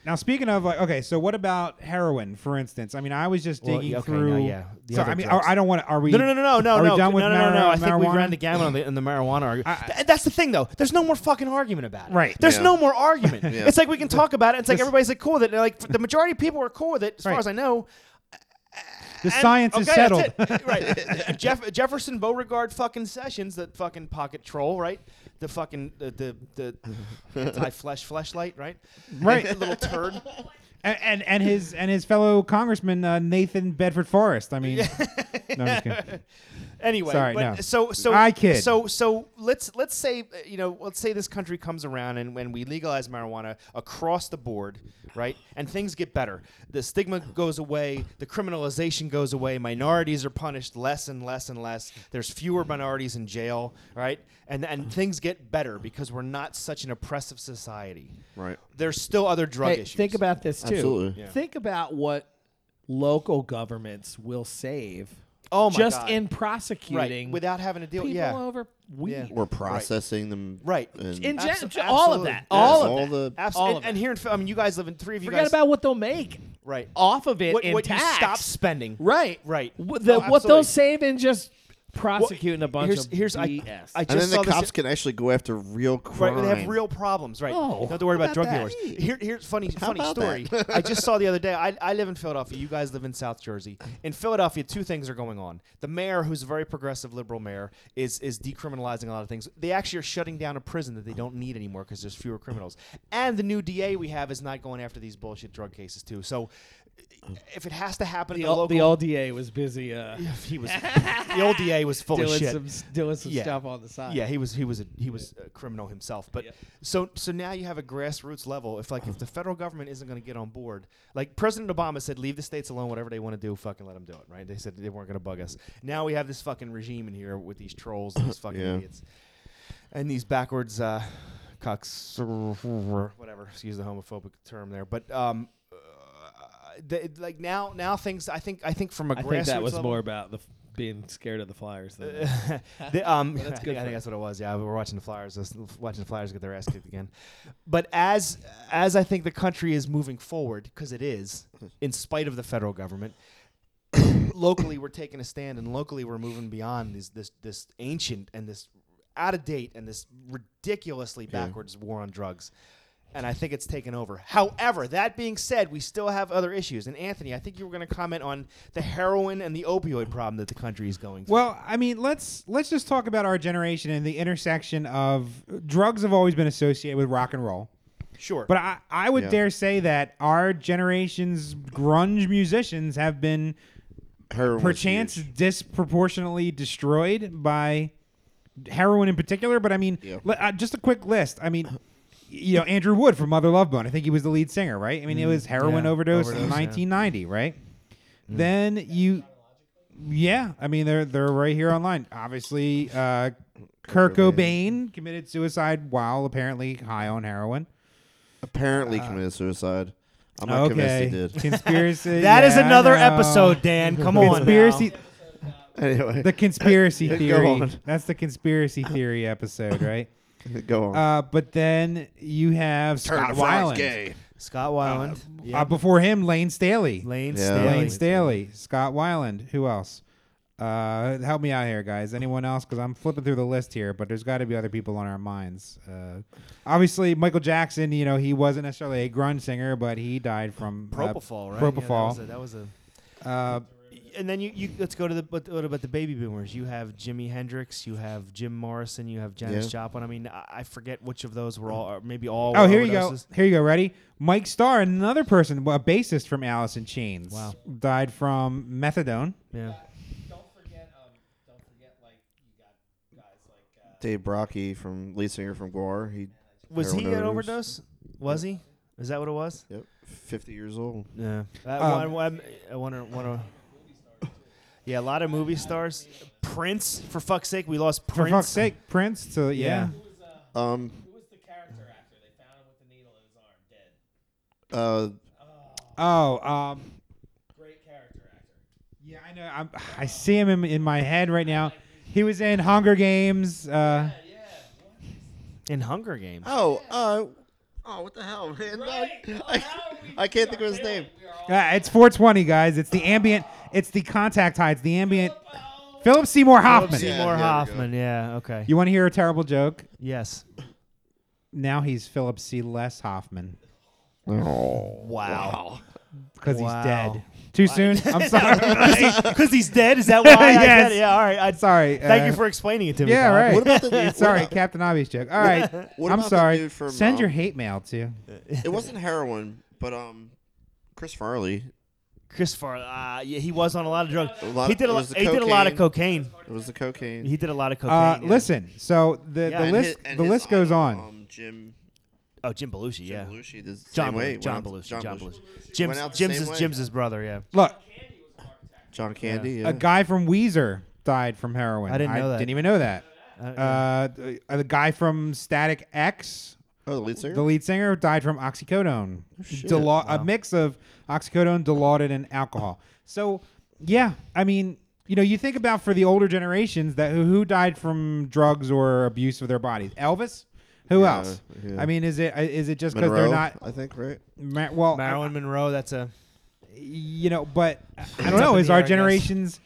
C: Now, speaking of like, okay, so what about heroin, for instance? I mean, I was just
B: Well,
C: digging
B: yeah, okay,
C: through.
B: no, yeah, the
C: So
B: other
C: I mean,
B: drugs.
C: I, I don't want to. Are we?
B: no no no no no
C: are we
B: no
C: done with
B: no, no, no, no.
C: mari-
B: I think we
C: marijuana?
B: ran the gamut on the, on the marijuana argument.
C: I- I-
B: Th- that's the thing though. There's no more fucking argument about it.
C: Right.
B: There's
A: Yeah.
B: no more argument.
A: Yeah.
B: It's like we can talk about it. It's like
C: This-
B: everybody's like cool with it. And, Like the majority of people are cool with it, as
C: Right.
B: far as I know.
C: The
B: And-
C: science is
B: okay, that's
C: settled.
B: it. right. Jeff Jefferson Beauregard fucking Sessions, the fucking pocket troll, right? The fucking the the, the anti flesh fleshlight, right?
C: Right.
B: That little turd.
C: and, and and his and his fellow congressman uh, Nathan Bedford Forrest. I mean, no, I'm just kidding.
B: anyway,
C: Sorry,
B: but
C: no.
B: so so
C: I kid.
B: So so let's let's say uh, you know let's say this country comes around and when we legalize marijuana across the board, right? And things get better. The stigma goes away. The criminalization goes away. Minorities are punished less and less and less. There's fewer minorities in jail, right? And and things get better because we're not such an oppressive society.
A: Right.
B: There's still other drug
D: Hey,
B: issues.
D: Think about this too.
A: Absolutely.
B: Yeah.
D: Think about what local governments will save
B: Oh my
D: just
B: God.
D: in
B: right
D: prosecuting
B: without having to deal.
D: people
B: Yeah,
D: over weed.
B: Yeah.
A: We're processing them.
B: Right.
A: And
D: In gen-
B: Abso-
D: all of
B: absolutely.
D: that, all
A: Yeah,
D: of
A: all
D: that.
A: the-
B: absolutely.
D: All
B: And,
D: of it.
B: and here in, Phil- I mean, you guys live in three of you
D: Forget
B: guys.
D: about what they'll make
B: right.
D: off of it
B: What,
D: in
B: what you
D: tax.
B: stop spending.
D: Right,
B: Right.
D: W-
B: No,
D: the- what
B: absolutely.
D: they'll save in just prosecuting a bunch
B: here's,
D: of
B: here's I-
D: BS.
B: I,
A: and
B: just
A: then the
B: saw this-
A: cops can actually go after real crime.
B: Right, they have real problems, right?
D: Oh,
B: Not to worry
D: how
B: about drug
D: about
B: dealers. Here, here's funny, funny
A: about
B: story. I just saw the other day. I, I live in Philadelphia. You guys live in South Jersey. In Philadelphia, two things are going on. The mayor, who's a very progressive liberal mayor, is is decriminalizing a lot of things. They actually are shutting down a prison that they don't need anymore because there's fewer criminals. And the new DA we have is not going after these bullshit drug cases too. So, if it has to happen,
D: the,
B: at the
D: old,
B: local,
D: the old DA was busy uh,
B: he was the old DA was full of
D: doing
B: shit.
D: some doing some
B: Yeah.
D: stuff on the side.
B: Yeah, he was he was a, he was a criminal himself. But
D: Yeah.
B: so so now you have a grassroots level. If like if the federal government isn't going to get on board, like President Obama said, leave the states alone. Whatever they want to do, fucking let them do it. Right? They said they weren't going to bug us. Now we have this fucking regime in here with these trolls and these fucking
A: Yeah.
B: idiots and these backwards uh, cocks whatever. Excuse the homophobic term there, but um. uh, They, like now, now things. I think. I think from a
D: I
B: grassroots
D: think that was
B: level,
D: more about the f- being scared of the Flyers. Than
B: the, um,
D: Well, that's
B: I
D: good
B: think, I
D: for
B: think
D: it.
B: that's what it was. Yeah, we were watching the Flyers, us- watching the Flyers get their ass kicked again. But as as I think the country is moving forward, because it is, in spite of the federal government, locally we're taking a stand, and locally we're moving beyond this this this ancient and this out of date and this ridiculously backwards war on drugs. And I think it's taken over. However, that being said, we still have other issues. And Anthony, I think you were going to comment on the heroin and the opioid problem that the country is going through.
C: Well, I mean, let's let's just talk about our generation and the intersection of drugs have always been associated with rock and roll.
B: Sure.
C: But I, I would
A: Yeah.
C: dare say that our generation's grunge musicians have been
A: Heroin was
C: perchance
A: huge.
C: disproportionately destroyed by heroin in particular. But I mean,
A: Yeah.
C: le- uh, just a quick list. I mean, y- you know, Andrew Wood from Mother Love Bone. I think he was the lead singer, right? I mean, it was
B: Mm,
C: heroin
B: yeah,
C: overdose,
B: overdose,
C: in
B: yeah. Mm.
C: 1990, right? Then you, yeah, I mean, they're they're right here online. Obviously, uh, Kurt Cobain committed suicide while apparently high on heroin.
A: apparently committed suicide. I'm not
C: Uh, okay,
A: convinced he did.
C: conspiracy.
B: That is
C: yeah, I
B: another
C: know.
B: episode, Dan. Come on.
C: Conspiracy.
B: now.
A: anyway,
C: The conspiracy
A: Go
C: theory.
A: on.
C: That's the conspiracy theory episode, right?
A: go on.
C: Uh, but then you have Scott
A: Turner Fry's
C: Weiland.
A: gay.
B: Scott Weiland. yeah.
C: Uh, before him, Lane Staley.
B: Lane
A: Yeah.
B: Staley.
C: Lane Staley. Scott Weiland. Who else? Uh, help me out here, guys. Anyone else? Because I'm flipping through the list here, but there's got to be other people on our minds. Uh, obviously, Michael Jackson. You know, he wasn't necessarily a grunge singer, but he died from uh,
B: Propofol, right?
C: Propofol.
B: Yeah, that, was a, that
C: uh,
B: was a. And then you, you let's go to the what, what about the baby boomers? You have Jimi Hendrix, you have Jim Morrison, you have Janis
A: Yeah.
B: Joplin. I mean, I, I forget which of those were all, or maybe all.
C: Oh,
B: were
C: here you go.
B: overdoses.
C: Here you go. Ready? Mike Starr, another person, a bassist from Alice in Chains,
B: Wow.
C: died from methadone.
B: Yeah.
D: Don't forget, um, don't forget, like you got guys like. Uh,
A: Dave Brocky from lead singer from Guar. He
B: Was he an
A: Heroin
B: overdose? Was he? Is that what it was?
A: yep, 50 years old.
B: Yeah.
C: Um,
B: I wonder. wonder yeah, a lot of movie stars. Prince, for fuck's sake, we lost
C: For
B: Prince.
C: fuck's sake, Prince. To yeah.
D: who was uh,
A: Um,
D: who was the character actor? They found him with the needle in his arm,
A: uh,
D: dead.
C: Oh, um,
D: Great character actor.
C: yeah. I know. I'm, I see him in, in my head right now. He was in Hunger Games. Uh,
B: In Hunger Games.
A: oh, uh, oh, what the hell, man? No, I, I can't think of his name.
C: uh, it's 420, guys. It's the ambient. It's the contact hides. The ambient. Philip Seymour Hoffman.
A: Seymour-
B: Seymour
A: Yeah, there we go.
B: Hoffman. Yeah. Okay.
C: You want to hear a terrible joke?
B: yes.
C: Now he's Philip C. Less Hoffman
A: Oh,
B: Wow.
C: because
B: Wow.
C: he's dead. Too soon. I'm sorry.
B: Because he's dead. Is that why? I
C: Yes.
B: said- yeah. All right. I,
C: sorry.
B: Thank
C: uh,
B: you for explaining it to me.
C: Yeah,
B: Bob.
C: right.
A: What about the dude?
C: Sorry, Captain Obvious joke. All right.
A: What
C: I'm
A: about the
C: sorry.
A: dude from,
C: Send your
A: um,
C: hate mail to.
A: It wasn't heroin, but um, Chris Farley.
B: Chris Farley. Uh, yeah, he was on a lot of drugs.
A: A lot
B: he
A: of-
B: did a
A: it
B: lot.
A: was the
B: He did a lot of
A: cocaine.
B: cocaine.
A: It was the cocaine.
B: He did a lot of cocaine.
C: Uh,
B: yeah.
C: Listen, so the,
B: Yeah.
C: the
A: And
C: list
A: his- and
C: the
A: his
C: list goes
A: idol,
C: on.
A: Um, Jim,
B: Oh, Jim Belushi.
A: Jim
B: Yeah.
A: Belushi did the
B: John.
A: same way.
B: Belushi, John
A: went out-
B: Belushi. John Belushi.
A: Went out the
B: Jim's Jim's
A: same
B: his,
A: way.
B: Jim's his brother. Yeah.
C: Look,
A: John Candy. Yeah.
C: a guy from Weezer died from heroin.
B: I didn't know that. Uh,
C: Didn't even know that.
B: I don't-
C: Uh, the- uh, the guy from Static X
A: Oh, the lead singer.
C: The lead singer died from oxycodone,
A: Oh,
C: Dela- a mix of oxycodone, Dilaudid, and alcohol. So, yeah, I mean, you know, you think about for the older generations that who, who died from drugs or abuse of their bodies. Elvis. Who
A: Yeah,
C: else?
A: yeah.
C: I mean, is it uh, is it just because
A: Monroe,
C: they're not
A: I think right.
C: ma- well? uh,
B: Marilyn Monroe. That's a
C: you know, but I
B: up
C: don't know.
B: in
C: Is
B: the
C: our
B: air, I guess.
C: generations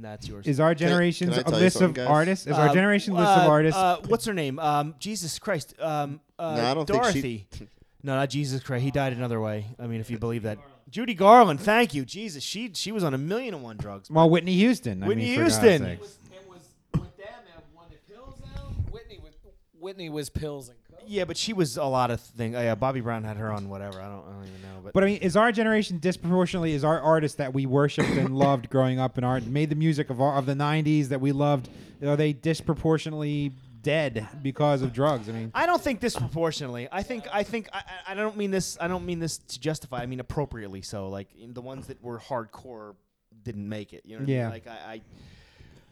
B: that's yours.
C: is our generation's
A: can I tell you
C: list of
A: something, guys?
C: artists is our
B: Uh,
C: generation list of
B: uh,
C: artists?
B: Uh, what's her name? Um, Jesus Christ. Um, uh,
A: No, I don't think
B: Dorothy.
A: she-
B: No, not Jesus Christ. He died another way. I mean, if you believe that. Judy Garland. Thank you, Jesus. She she was on a million and one drugs.
C: well, Whitney Houston.
B: Whitney
C: I mean, for God's
B: Houston.
C: sakes.
D: was, it was with them and when the pills out, Whitney was Whitney was pills and coke.
B: Yeah, but she was a lot of things. yeah, Bobby Brown had her on whatever. I don't, I don't even know. But,
C: But I mean, is our generation disproportionately is our artists that we worshipped and loved growing up and art made the music of our, of the '90s that we loved? Are they disproportionately dead because of drugs? I mean,
B: I don't think disproportionately. I think I think I, I I don't mean this. I don't mean this to justify. I mean appropriately. So like in the ones that were hardcore didn't make it. You know what
C: Yeah.
B: I mean? Like I,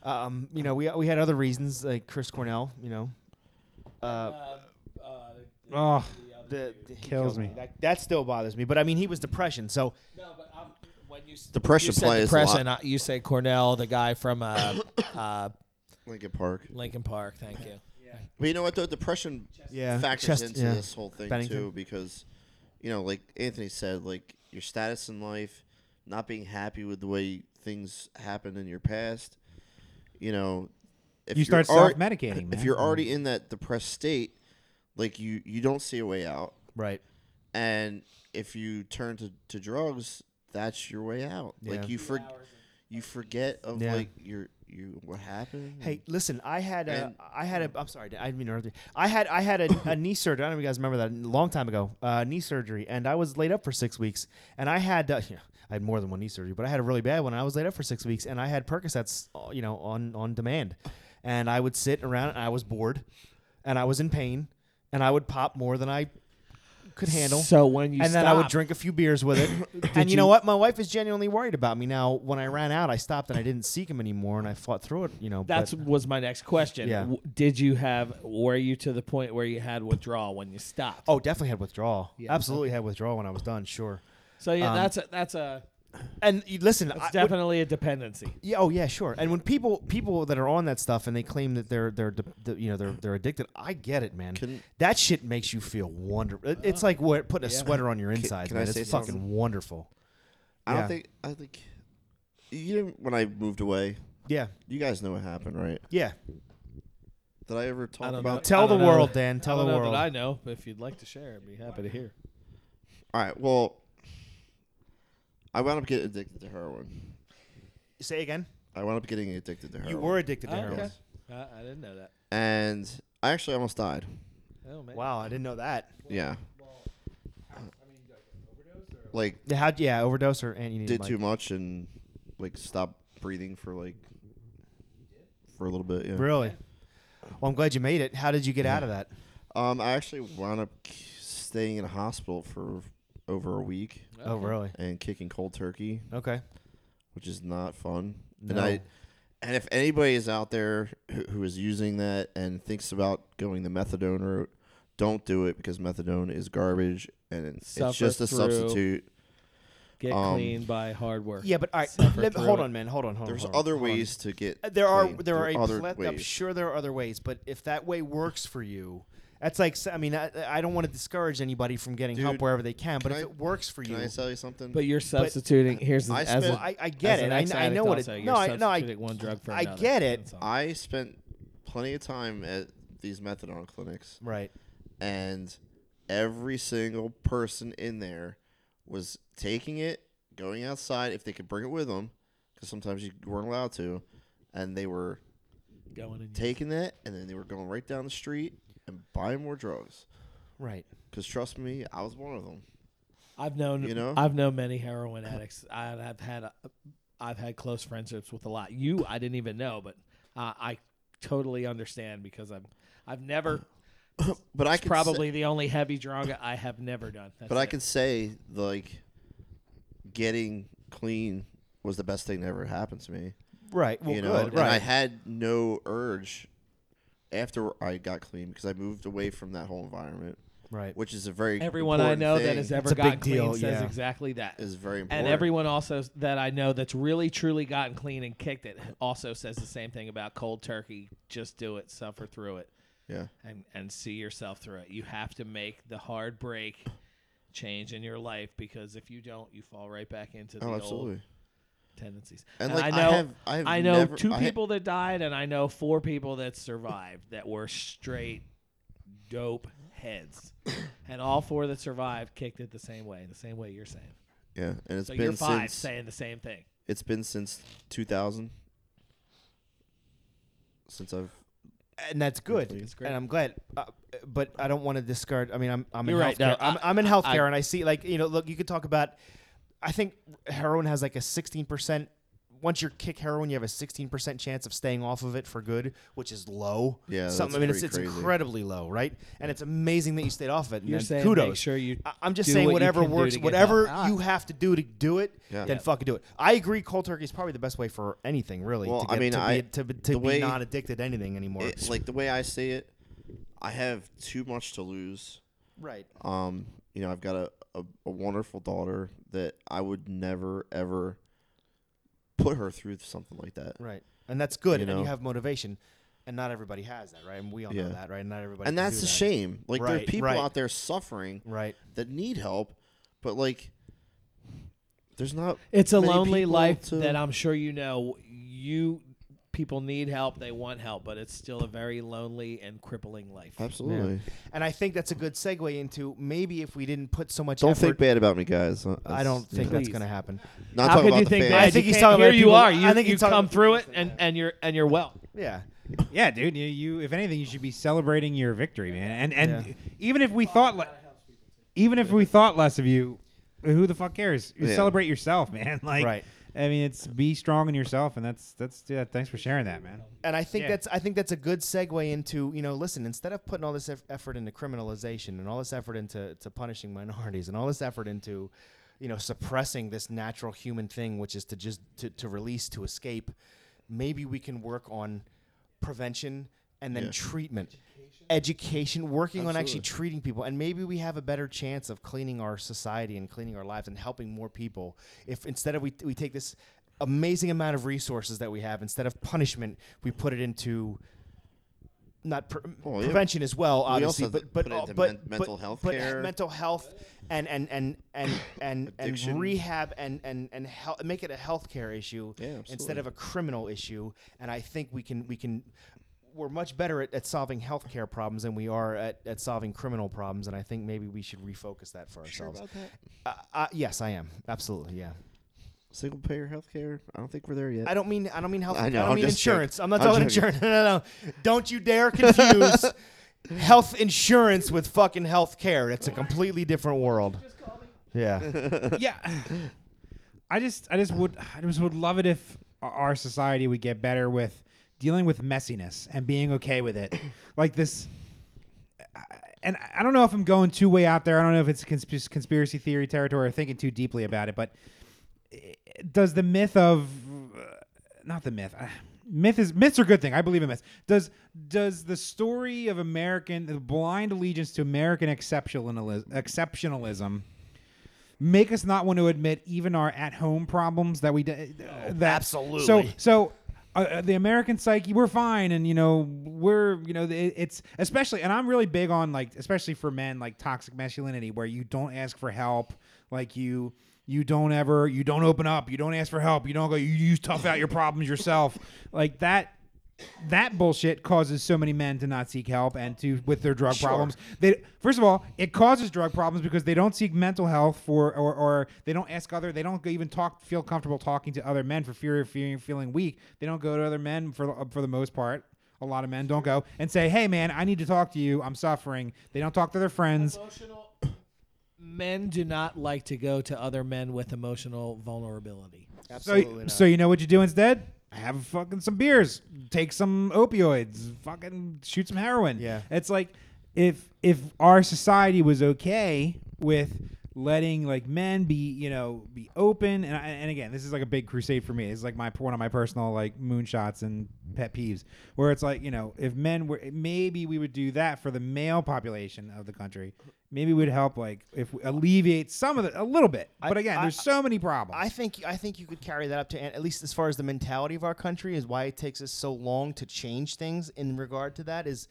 B: I um, you know, we we had other reasons like Chris Cornell. You know, uh,
C: oh,
B: the, the- he
C: Kills
B: killed
C: me.
B: That, that still bothers me. But I mean, he was depression. So
D: No, but I'm, when you s-
A: Depression
D: you said
A: plays a
D: depression, I- Uh, you say Cornell, the guy from uh, uh,
A: Lincoln Park.
D: Lincoln Park. Thank you.
A: But you know what? The depression
B: yeah,
A: factors
B: chest-
A: into
B: yeah.
A: this whole thing
B: Bennington.
A: too, because you know, like Anthony said, like your status in life, not being happy with the way things happened in your past. You know, if
C: You
A: you're
C: start
A: alre-
C: self-medicating,
A: If
C: man.
A: you're already in that depressed state, like you, you don't see a way out.
B: right.
A: and if you turn to, to drugs, that's your way out.
B: Yeah.
A: Like you for, you forget of
B: Yeah.
A: like your you what happened.
B: Hey, listen, I had a,
A: And-
B: I had a, I'm sorry, I didn't mean to interrupt you. I had, I had a, a knee surgery. I don't know if you guys remember that, a long time ago, uh, knee surgery, and I was laid up for six weeks, and I had, uh, yeah, I had more than one knee surgery, but I had a really bad one. I was laid up for six weeks, and I had Percocets, uh, you know, on on demand, and I would sit around, and I was bored, and I was in pain, and I would pop more than I could handle
D: So when you
B: and then I would drink a few beers with it. and you, know
D: you-
B: what? My wife is genuinely worried about me now. When I ran out, I stopped and I didn't seek him anymore, and I fought through it. You know,
D: That's
B: but
D: was my next question.
B: Yeah.
D: W- Did you have? Were you to the point where you had withdrawal when you stopped?
B: oh, definitely had withdrawal.
D: Yeah.
B: Absolutely had withdrawal when I was done. Sure.
D: so yeah,
B: um,
D: that's a that's a
B: And you- listen,
D: that's
B: I, would-
D: definitely a dependency.
B: yeah, oh yeah, sure. And when people people that are on that stuff and they claim that they're they're de- the- you know they're they're addicted, I get it, man.
A: Can-
B: that shit makes you feel wonderful.
D: Uh,
B: It's like what putting a sweater on your insides,
A: can I
B: man.
A: say
B: It's fucking
A: something?
B: wonderful.
A: I
B: yeah.
A: don't think I think you know when I moved away.
B: Yeah,
A: You guys know what happened, right?
B: yeah.
A: Did I ever talk
D: I don't
A: about?
D: know.
B: Tell
D: I
B: the
D: don't know.
B: world, Dan. Tell
D: I don't
B: the
D: know
B: world.
D: That I know. but If you'd like to share, I'd be happy to hear.
A: All right. Well, I wound up getting addicted to heroin.
B: Say again.
A: I wound up getting addicted to heroin.
B: You were addicted to
D: Oh,
B: heroin.
D: okay. I, I didn't know that.
A: and I actually almost died.
D: Oh man.
B: Wow, I didn't know that.
A: Yeah. Like
B: Yeah, How? Yeah, overdose or and you needed
A: did
B: mic.
A: too much and like stopped breathing for like for a little bit. Yeah.
B: Really? Well, I'm glad you made it. How did you get out of that?
A: Um, I actually wound up k- staying in a hospital for over a week
B: Oh, really?
A: and kicking cold turkey,
B: Okay.
A: which is not fun. And
B: No.
A: I, and if anybody is out there who, who is using that and thinks about going the methadone route, don't do it because methadone is garbage and it's,
D: Suffer
A: it's just a
D: through.
A: substitute.
D: Get
A: Um,
D: clean by hard work.
B: Yeah, but all right.
D: Suffer
B: let-
D: through
B: hold
D: it.
B: on, man. Hold on. Hold on.
A: There's
B: hold on,
A: other
B: hold on.
A: ways to get.
B: Uh, Uh-huh. There are
A: clean.
B: there are a
A: other
B: plethora. I'm
A: ways.
B: sure there are other ways, but if that way works for you, that's like s- I mean I, I don't want to discourage anybody from getting help
A: Dude,
B: wherever they can, but
A: can
B: if
A: I-
B: it works for
A: Can
B: you,
A: I tell you something?
D: But you're substituting. here's the,
A: I
D: as
A: spent-
D: a,
B: I, I get
D: as
B: it.
D: an
B: I, kn- I
D: ex-addict
B: know what it.
D: also,
B: No,
D: you're
B: I, no, I,
D: substituting one drug for
B: I
D: another.
B: get it.
D: That's all.
A: I spent plenty of time at these methadone clinics,
B: right.
A: and every single person in there was taking it, going outside if they could bring it with them, because sometimes you weren't allowed to, and they were
D: Going in.
A: taking that, and then they were going right down the street and buying more drugs.
B: Right.
A: Because trust me, I was one of them.
D: I've known
A: You know?
D: I've known many heroin addicts. I- I've had a, I've had close friendships with a lot. You, I didn't even know, but uh, I totally understand because I've I've never
A: But I could say-
D: probably the only heavy drug I have never done. That's
A: But I
D: it.
A: could say like getting clean was the best thing that ever happened to me.
B: Right. Well,
A: you know,
B: good.
A: and I
B: Right.
A: had no urge after I got clean because I moved away from that whole environment,
B: Right.
A: which is a very
D: Everyone I
A: important
D: know that
A: thing,
D: has ever
B: It's a
D: gotten
B: big
D: clean
B: deal,
D: says
B: yeah.
D: exactly that.
A: is very important.
D: And everyone also s- that I know that's really truly gotten clean and kicked it also says the same thing about cold turkey. Just do it, suffer through it,
A: yeah,
D: and and see yourself through it. You have to make the hard break change in your life because if you don't, you fall right back into the
A: oh,
D: old
A: absolutely.
D: tendencies.
A: And, like,
D: I
A: I
D: know,
A: have- I have
D: know
A: never-
D: two
A: I ha-
D: people that died, and I know four people that survived that were straight dope heads, and all four that survived kicked it the same way, the same way you're saying.
A: Yeah, and it's
D: So you're
A: been
D: five
A: since
D: saying the same thing.
A: it's been since 2000 since I've
B: and that's good.
D: It's great.
B: And I'm glad. Uh, but I don't want to discard. I mean, I'm I'm
D: You're
B: in
D: right.
B: healthcare.
D: No,
B: I'm,
D: I-
B: I'm in
D: I-
B: healthcare, and I see like you know, look, you could talk about. I think heroin has like a 16 percent. Once you kick heroin, you have a 16 percent chance of staying off of it for good, which is low.
A: Yeah, that's
B: Something- I mean, it's,
A: pretty
B: it's
A: crazy.
B: incredibly low, right? And it's amazing that you stayed off of it. And
D: You're
B: then
D: saying
B: kudos.
D: make sure you
B: I- I'm just
D: do
B: saying
D: what you
B: whatever
D: can do
B: works,
D: to get
B: whatever
D: help.
B: you have to do to do it,
A: Yeah.
B: then
A: Yeah.
B: fucking do it. I agree. Cold turkey is probably the best way for anything, really.
A: Well,
B: to
A: I
B: get-
A: mean,
B: to
A: I-
B: be, to, be- to
A: the
B: be
A: way-
B: not addicted to anything anymore.
A: it, like the way I see it, I have too much to lose.
B: right.
A: Um, you know, I've got a, a, a wonderful daughter that I would never ever put her through something like that.
B: Right. And that's good.
A: You
B: And
A: know?
B: you have motivation. And not everybody has that, right? And we all know
A: Yeah.
B: that, right? Not everybody.
A: And
B: can
A: that's
B: do
A: a
B: that.
A: shame. Like there are
B: Right,
A: people
B: right.
A: out there suffering
B: Right.
A: that need help, but like there's not
D: It's a
A: many
D: lonely
A: people
D: life
A: to-
D: that I'm sure you know. You people need help; they want help, but it's still a very lonely and crippling life.
A: Absolutely.
B: And I think that's a good segue into maybe if we didn't put so much
A: Don't
B: effort.
A: think bad about me, guys. Uh,
B: I don't think that's
D: Please.
B: going to happen.
A: Not
D: How
A: talking
D: could
A: about
D: you
A: the
D: think?
A: fans.
D: that?
B: I think
D: You
B: he's
D: can't-
B: talking
D: here
B: about
D: you
B: people-
D: are. You,
B: I think
D: you
B: he's talking-
D: come through it, and, and you're and you're well.
B: Yeah.
C: Yeah, dude. You, you if anything, you should be celebrating your victory, man. And and
B: Yeah.
C: even if we thought, le- even if we thought less of you, who the fuck cares? You
A: Yeah.
C: celebrate yourself, man. Like,
B: Right.
C: I mean, it's be strong in yourself, and that's that's. Yeah, thanks for sharing that, man.
B: And I think
C: Yeah.
B: that's I think that's a good segue into you know listen instead of putting all this eff- effort into criminalization and all this effort into to punishing minorities and all this effort into you know suppressing this natural human thing which is to just to, to release to escape maybe we can work on prevention and then
A: Yeah.
B: treatment education working on actually
A: Absolutely.
B: treating people and maybe we have a better chance of cleaning our society and cleaning our lives and helping more people if instead of we, we take this amazing amount of resources that we have instead of punishment we put it into not pre-
A: Well, yeah.
B: prevention as well
A: We also
B: obviously
A: have to
B: but but,
A: put it
B: uh,
A: into
B: but,
A: men-
B: but-
A: mental health
B: but
A: care.
B: mental health and and and and and, and
A: Addiction.
B: rehab and and and hel- make it a healthcare issue
A: Yeah,
B: instead
A: absolutely.
B: of a criminal issue and i think we can we can we're much better at, at solving healthcare problems than we are at, at solving criminal problems, and I think maybe we should refocus that for ourselves. Uh, uh, yes, I am absolutely. Yeah,
A: Single payer healthcare. I don't think we're there yet.
B: I don't mean I don't mean health.
A: I
B: I,
A: know,
B: don't
A: I'm
B: mean
A: just joking.
B: insurance. I'm not
A: I'm
B: talking
A: joking.
B: insurance. No, no, no. Don't you dare confuse health insurance with fucking health care. It's a completely different world. Yeah.
C: yeah. I just I just would I just would love it if o- our society would get better with dealing with messiness and being okay with it. like this and I- I don't know if I'm going too way out there. I don't know if it's consp- conspiracy theory territory or thinking too deeply about it, but eh, does the myth of uh, not the myth uh, myth is myths are a good thing i believe in myths does does the story of american the blind allegiance to american exceptionalism, exceptionalism make us not want to admit even our at-home problems that we d- uh, that so
B: absolutely.
C: so uh, uh, the American psyche, we're fine, and you know we're you know it, it's especially, and I'm really big on like especially for men like toxic masculinity, where you don't ask for help, like you you don't ever you don't open up, you don't ask for help, you don't go, you, you tough out your problems yourself, like that. That bullshit causes so many men to not seek help and to with their drug problems. They first of all, it causes drug problems because they don't seek mental health for or, or they don't ask other they don't even talk feel comfortable talking to other men for fear of fearing feeling weak. They don't go to other men for for the most part. A lot of men don't go and say, "Hey man, I need to talk to you. I'm suffering." They don't talk to their friends.
D: Emotional men do not like to go to other men with emotional vulnerability.
C: So, so you know what you do instead? Have fucking some beers, take some opioids, fucking shoot some heroin.
B: Yeah.
C: it's like if if our society was okay with letting like men be you know be open and I, and again this is like a big crusade for me it's like my one of my personal like moonshots and pet peeves where it's like you know if men were maybe we would do that for the male population of the country maybe we'd help like if we alleviate some of the a little bit
B: I-
C: but again
B: I-
C: there's so many problems
B: I think I think you could carry that up to at least as far as the mentality of our country is why it takes us so long to change things in regard to that is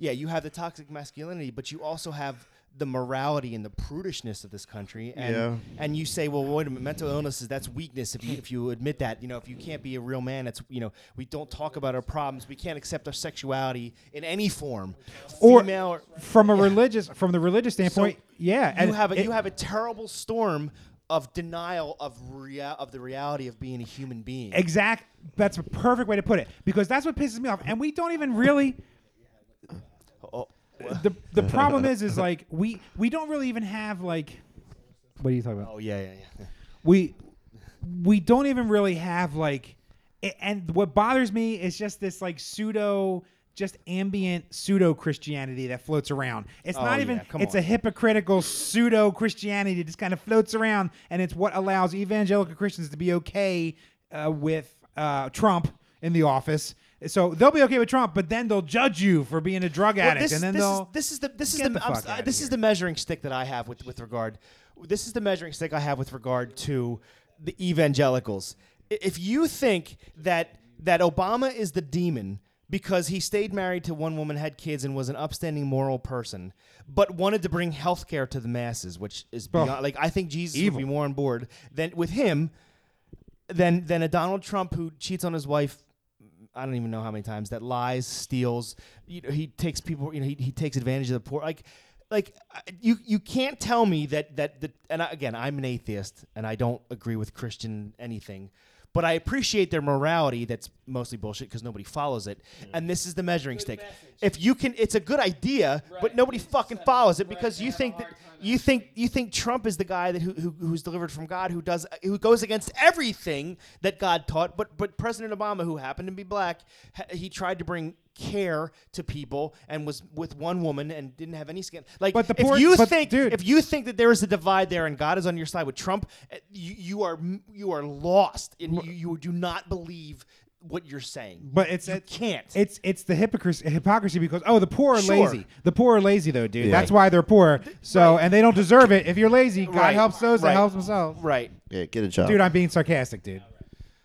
B: yeah, you have the toxic masculinity, but you also have the morality and the prudishness of this country and
A: Yeah.
B: and you say well wait a minute mental illness is that's weakness if you if you admit that you know if you can't be a real man it's you know we don't talk about our problems we can't accept our sexuality in any form
C: Or-
B: female or
C: from a religious from the religious standpoint yeah
B: you
C: and
B: have a,
C: it-
B: you have a terrible storm of denial of rea- of the reality of being a human being.
C: Exact. That's a perfect way to put it because that's what pisses me off, and we don't even really.
B: Oh.
C: The the problem is is like we we don't really even have like. What are you talking about?
B: oh yeah, yeah, yeah.
C: we we don't even really have like a- and what bothers me is just this like pseudo just ambient pseudo Christianity that floats around. It's
B: Oh,
C: not
B: yeah,
C: even
B: come
C: it's
B: on.
C: a hypocritical pseudo Christianity that just kind of floats around and it's what allows evangelical Christians to be okay uh, with uh, Trump in the office. So they'll be okay with Trump, but then they'll judge you for being a drug
B: Well,
C: addict
B: this,
C: and then
B: this is,
C: they'll
B: this is the this is
C: Get
B: the,
C: the
B: I'm
C: fuck
B: s-
C: outta
B: this
C: here.
B: is the measuring stick that I have with with regard. This is the measuring stick I have with regard to the evangelicals. I- If you think that that Obama is the demon because he stayed married to one woman, had kids, and was an upstanding moral person, but wanted to bring health care to the masses, which is beyond, like I think Jesus
C: Evil.
B: would be more on board than with him than than a Donald Trump who cheats on his wife. I don't even know how many times that lies, steals. You know, he takes people. You know, he, he takes advantage of the poor. Like, like uh, you you can't tell me that that the and I, again I'm an atheist and I don't agree with Christian anything, but I appreciate their morality. That's mostly bullshit because nobody follows it. And this is the measuring stick. If you can, it's a good idea, but nobody fucking follows it because you think that you think you think Trump is the guy that who, who who's delivered from God who does who goes against everything that God taught. But but President Obama, who happened to be black, ha- he tried to bring care to people and was with one woman and didn't have any skin. Like,
C: But the
B: if
C: poor-
B: you
C: but
B: think
C: dude-
B: if you think that there is a divide there and God is on your side with Trump, eh, you, you are you are lost and you, you do not believe what you're saying.
C: But it's
B: You
C: it-
B: can't.
C: It's it's the hypocrisy hypocrisy because oh the poor are
B: Sure.
C: lazy. The poor are lazy though, dude.
A: Yeah.
C: That's why they're poor. So and they don't deserve it. If you're lazy, God
B: Right.
C: helps those that
B: Right.
C: helps themselves.
B: right.
A: Yeah, get a job.
C: Dude, I'm being sarcastic, dude.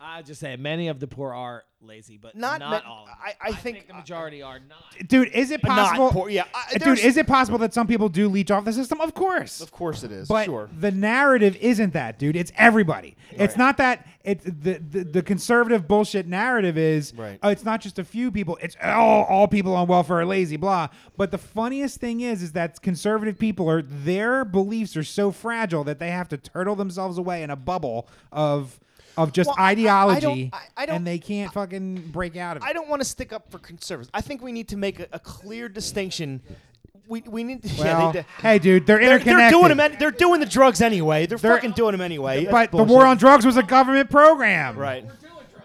D: I just say many of the poor are lazy, but
B: Not
D: not,
B: ma-
D: all. of them.
B: I- I think-
D: the majority are not.
C: Dude, is it
B: not
C: possible?
B: poor- yeah, I-
C: dude,
B: there's-
C: is it possible that some people do leech off the system? Of course.
B: Of course it is.
C: But
B: sure.
C: the narrative isn't that, dude. It's everybody. It's not that. It's the, the the conservative bullshit narrative is.
B: Right.
C: Oh, it's not just a few people. It's all all people on welfare are lazy. Blah. But the funniest thing is, is that conservative people are their beliefs are so fragile that they have to turtle themselves away in a bubble of of just
B: Well, I- I don't-
C: ideology,
B: I- I don't-
C: and they can't fucking break out of it.
B: I don't want to stick up for conservatives. I think we need to make a, a clear distinction. We, we need to. yeah,
C: well,
B: they,
C: hey, dude, they're,
B: they're,
C: interconnected.
B: they're doing them. Any, they're doing the drugs anyway. They're,
C: They're-
B: fucking doing them anyway.
C: but
B: That's
C: the war
B: bullshit.
C: on drugs was a government program.
B: Right.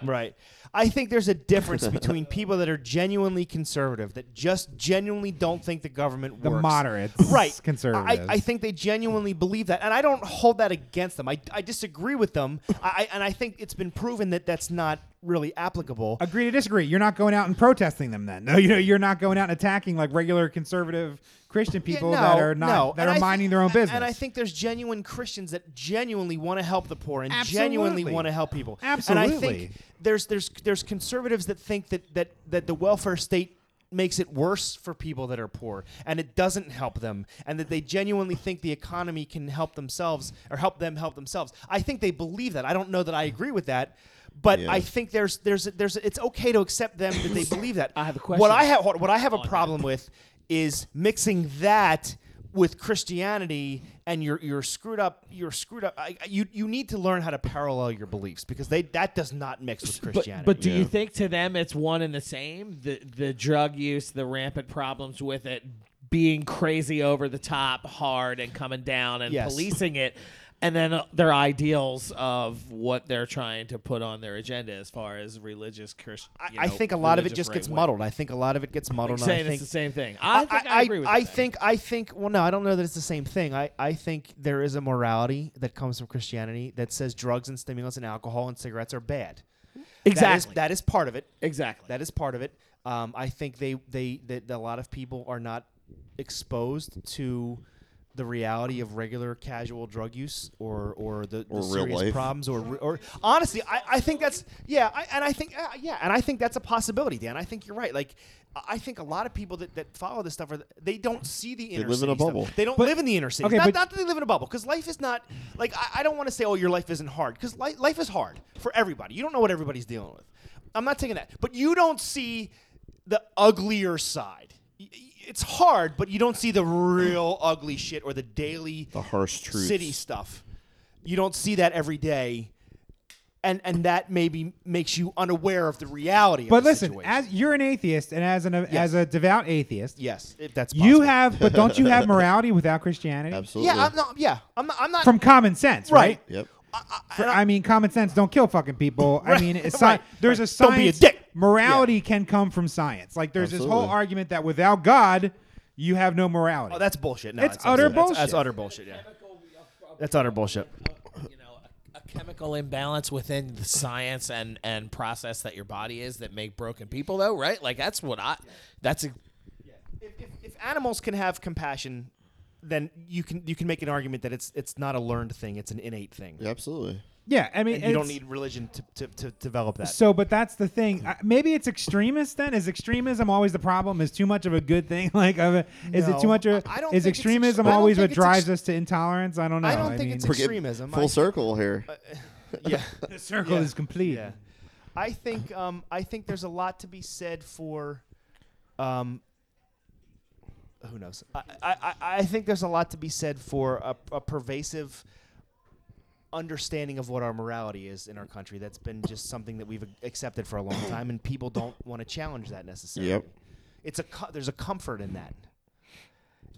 B: Right. I think there's a difference between people that are genuinely conservative, that just genuinely don't think the government
C: The
B: works.
C: moderates,
B: Right. I-
C: conservatives.
B: I, I think they genuinely believe that. And I don't hold that against them. I, I disagree with them. I, I- and I think it's been proven that that's not really applicable.
C: agree to disagree. You're not going out and protesting them then. No, you know, you're not going out and attacking like regular conservative Christian
B: Yeah,
C: people
B: no,
C: that are not
B: no.
C: that
B: And
C: are
B: I
C: minding
B: think-
C: their own
B: and-
C: business.
B: And I think there's genuine Christians that genuinely want to help the poor and genuinely
C: Absolutely.
B: want to help people. And I
C: Absolutely.
B: think there's there's there's conservatives that think that that that the welfare state makes it worse for people that are poor and it doesn't help them and that they genuinely think the economy can help themselves or help them help themselves. I think they believe that. I don't know that I agree with that. But
A: Yeah.
B: I think there's there's there's it's okay to accept them that they believe that.
D: I have a
B: What
D: question.
B: I have what I have a problem with is mixing that with Christianity and you're you're screwed up you're screwed up I, I- you you need to learn how to parallel your beliefs because they that does not mix with
D: But,
B: Christianity.
D: but do
A: Yeah.
D: you think to them it's one and the same? The the drug use, the rampant problems with it, being crazy over the top, hard, and coming down and
B: Yes.
D: policing it. and then uh, their ideals of what they're trying to put on their agenda as far as religious Christian.
B: I, I think a lot of it just gets muddled. I think a lot of it gets muddled. and I
D: saying
B: think
D: it's the same thing. I think I, agree with
B: I
D: you there.
B: think I think well no, I don't know that it's the same thing. I, I think there is a morality that comes from Christianity that says drugs and stimulants and alcohol and cigarettes are bad. That is-
D: exactly
B: that is part of it.
D: exactly
B: That is part of it. Um, I think they they that a lot of people are not exposed to the reality of regular casual drug use or or the, the
A: Or real
B: serious
A: life.
B: problems or re- or honestly, I, I think that's yeah, I, and I think uh, yeah, and I think that's a possibility, Dan. I think you're right. Like I I think a lot of people that, that follow this stuff are they don't see the inner
A: live in
B: city
A: a
B: stuff.
A: bubble.
B: They don't live in the inner city.
C: okay,
B: not,
C: but-
B: not that they live in a bubble, because life is not like I, I don't want to say, oh, your life isn't hard, because li- life is hard for everybody. You don't know what everybody's dealing with. I'm not taking that, but you don't see the uglier side. Y- y- It's hard, but you don't see the real ugly shit or the daily
A: The harsh truth.
B: city stuff. You don't see that every day, and and that maybe makes you unaware of the reality. of
C: But
B: the
C: listen,
B: situation.
C: as you're an atheist and as an as a devout atheist,
B: yes, if that's
C: you
B: possible.
C: have but don't you have morality without Christianity?
A: Absolutely.
B: yeah, I'm not yeah, I'm not I'm not
C: From common sense, right?
A: Yep.
C: For- I mean, common sense don't kill fucking people. I mean, it's sci-
B: right,
C: there's a
B: right. Don't
C: science.
B: be a dick.
C: Morality can come from science. Like there's this whole
A: Absolutely.
C: argument that without God, you have no morality.
B: Oh, that's bullshit. No,
C: It's
B: that's not
C: utter
B: true. That's- That's,
C: bullshit.
B: utter bullshit. Yeah, that's utter bullshit.
E: you know a, a chemical imbalance within the science and and process that your body is that make broken people though right like that's what i that's a,
B: If, if, if animals can have compassion, then you can you can make an argument that it's it's not a learned thing; it's an innate thing.
A: Yeah, absolutely.
C: yeah, I mean,
B: And you don't
C: it's-
B: need religion to, to, to develop that.
C: So, but that's the thing. I- Maybe it's extremist. Then is extremism always the problem? Is too much of a good thing? Like, of a, is it
B: No,
C: too much? Of,
B: I- I don't
C: is
B: think it's
C: extremism
B: extre- I don't
C: always
B: think
C: what
B: it's
C: drives
B: ext-
C: us to intolerance? I don't know.
B: I don't think it's
C: mean,
A: Forget-
B: extremism.
A: Full
B: I-
A: circle here.
B: yeah,
C: the circle
B: yeah,
C: is complete.
B: yeah. I think um, I think there's a lot to be said for, um, who knows? I, I, I- I think there's a lot to be said for a, a pervasive understanding of what our morality is in our country. That's been just something that we've accepted for a long time, and people don't want to challenge that necessarily.
A: Yep.
B: It's a co- there's a comfort in that.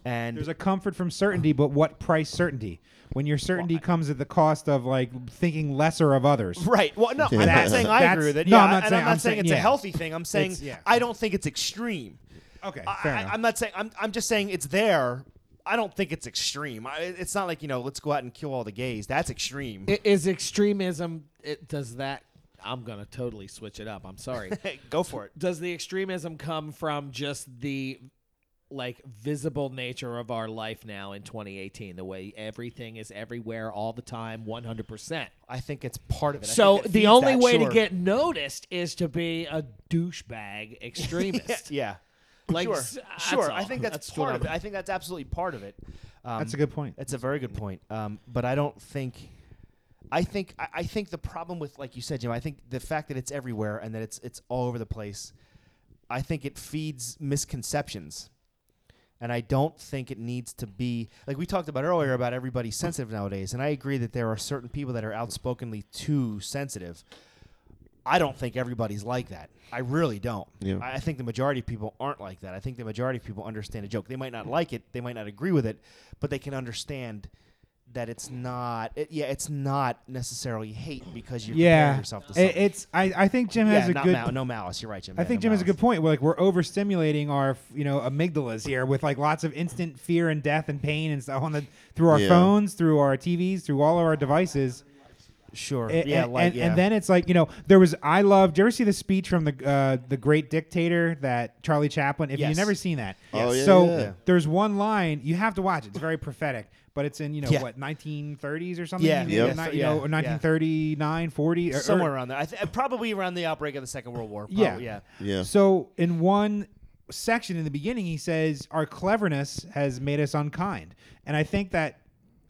B: And
C: There's a comfort from certainty, but what price certainty? When your certainty comes at the cost of like thinking lesser of others.
B: Right. Well, no, I'm not
C: That's-
B: saying I
C: that's-
B: agree with it.
C: no,
B: yeah,
C: I'm not
B: and
C: saying-
B: I'm not
C: I'm
B: saying,
C: saying-
B: it's a
C: yeah.
B: healthy thing. I'm saying
C: It's- yeah.
B: I don't think it's extreme.
C: Okay,
B: I,
C: fair
B: I,
C: enough.
B: I'm not saying I'm, I'm just saying it's there. I don't think it's extreme. I, it's not like you know, let's go out and kill all the gays. That's extreme.
D: I- is extremism. It does that. I'm gonna totally switch it up. I'm sorry.
B: go for it.
D: does the extremism come from just the like visible nature of our life now in 2018 the way everything is everywhere all the time 100%
B: I think it's part of it. I
D: so
B: think it
D: the
B: feeds
D: only
B: that,
D: way
B: sure.
D: to get noticed is to be a douchebag extremist
B: yeah, yeah.
D: Like,
B: sure,
D: s- that's
B: sure. I
D: all.
B: think that's,
D: That's what
B: part of it.
D: I'm-
B: I think that's absolutely part of it. Um,
C: That's a good point.
B: That's a very good point. Um, but I don't think, I think, I, I think the problem with, like you said, Jim, I think the fact that it's everywhere and that it's it's all over the place, I think it feeds misconceptions, and I don't think it needs to be like we talked about earlier about everybody's sensitive nowadays, and I agree that there are certain people that are outspokenly too sensitive. I don't think everybody's like that. I really don't.
A: Yeah.
B: I I think the majority of people aren't like that. I think the majority of people understand a joke. They might not like it, they might not agree with it, but they can understand that it's not. It, yeah, it's not necessarily hate because you compare
C: yeah,
B: yourself to
C: It-
B: something.
C: it's. I, I think Jim
B: yeah,
C: has a
B: not
C: good.
B: mal- no malice. You're right, Jim.
C: I
B: Yeah,
C: think
B: no
C: Jim has a
B: malice.
C: good point. We're like we're overstimulating our you know amygdalas here with like lots of instant fear and death and pain and stuff on the through our
A: Yeah.
C: phones, through our TVs, through all of our devices.
B: Sure.
C: And,
B: yeah,
C: and,
B: like,
C: and-
B: yeah.
C: and then it's like you know there was I love. Did you ever see the speech from the uh, the Great Dictator that Charlie Chaplin? If
B: Yes.
C: you've never seen that,
A: Oh, yeah,
C: so
A: yeah.
C: there's one line you have to watch. it. It's very prophetic, but it's in you know
B: Yeah.
C: what 1930s or something.
B: Yeah.
C: you,
A: Yep.
C: know,
B: Yeah.
C: you know, or
B: Yeah.
C: 1939, 40, or, or-
B: somewhere around there, I th- probably around the outbreak of the Second World War.
C: Yeah.
B: Probably, yeah.
A: Yeah.
C: So in one section in the beginning, he says our cleverness has made us unkind, and I think that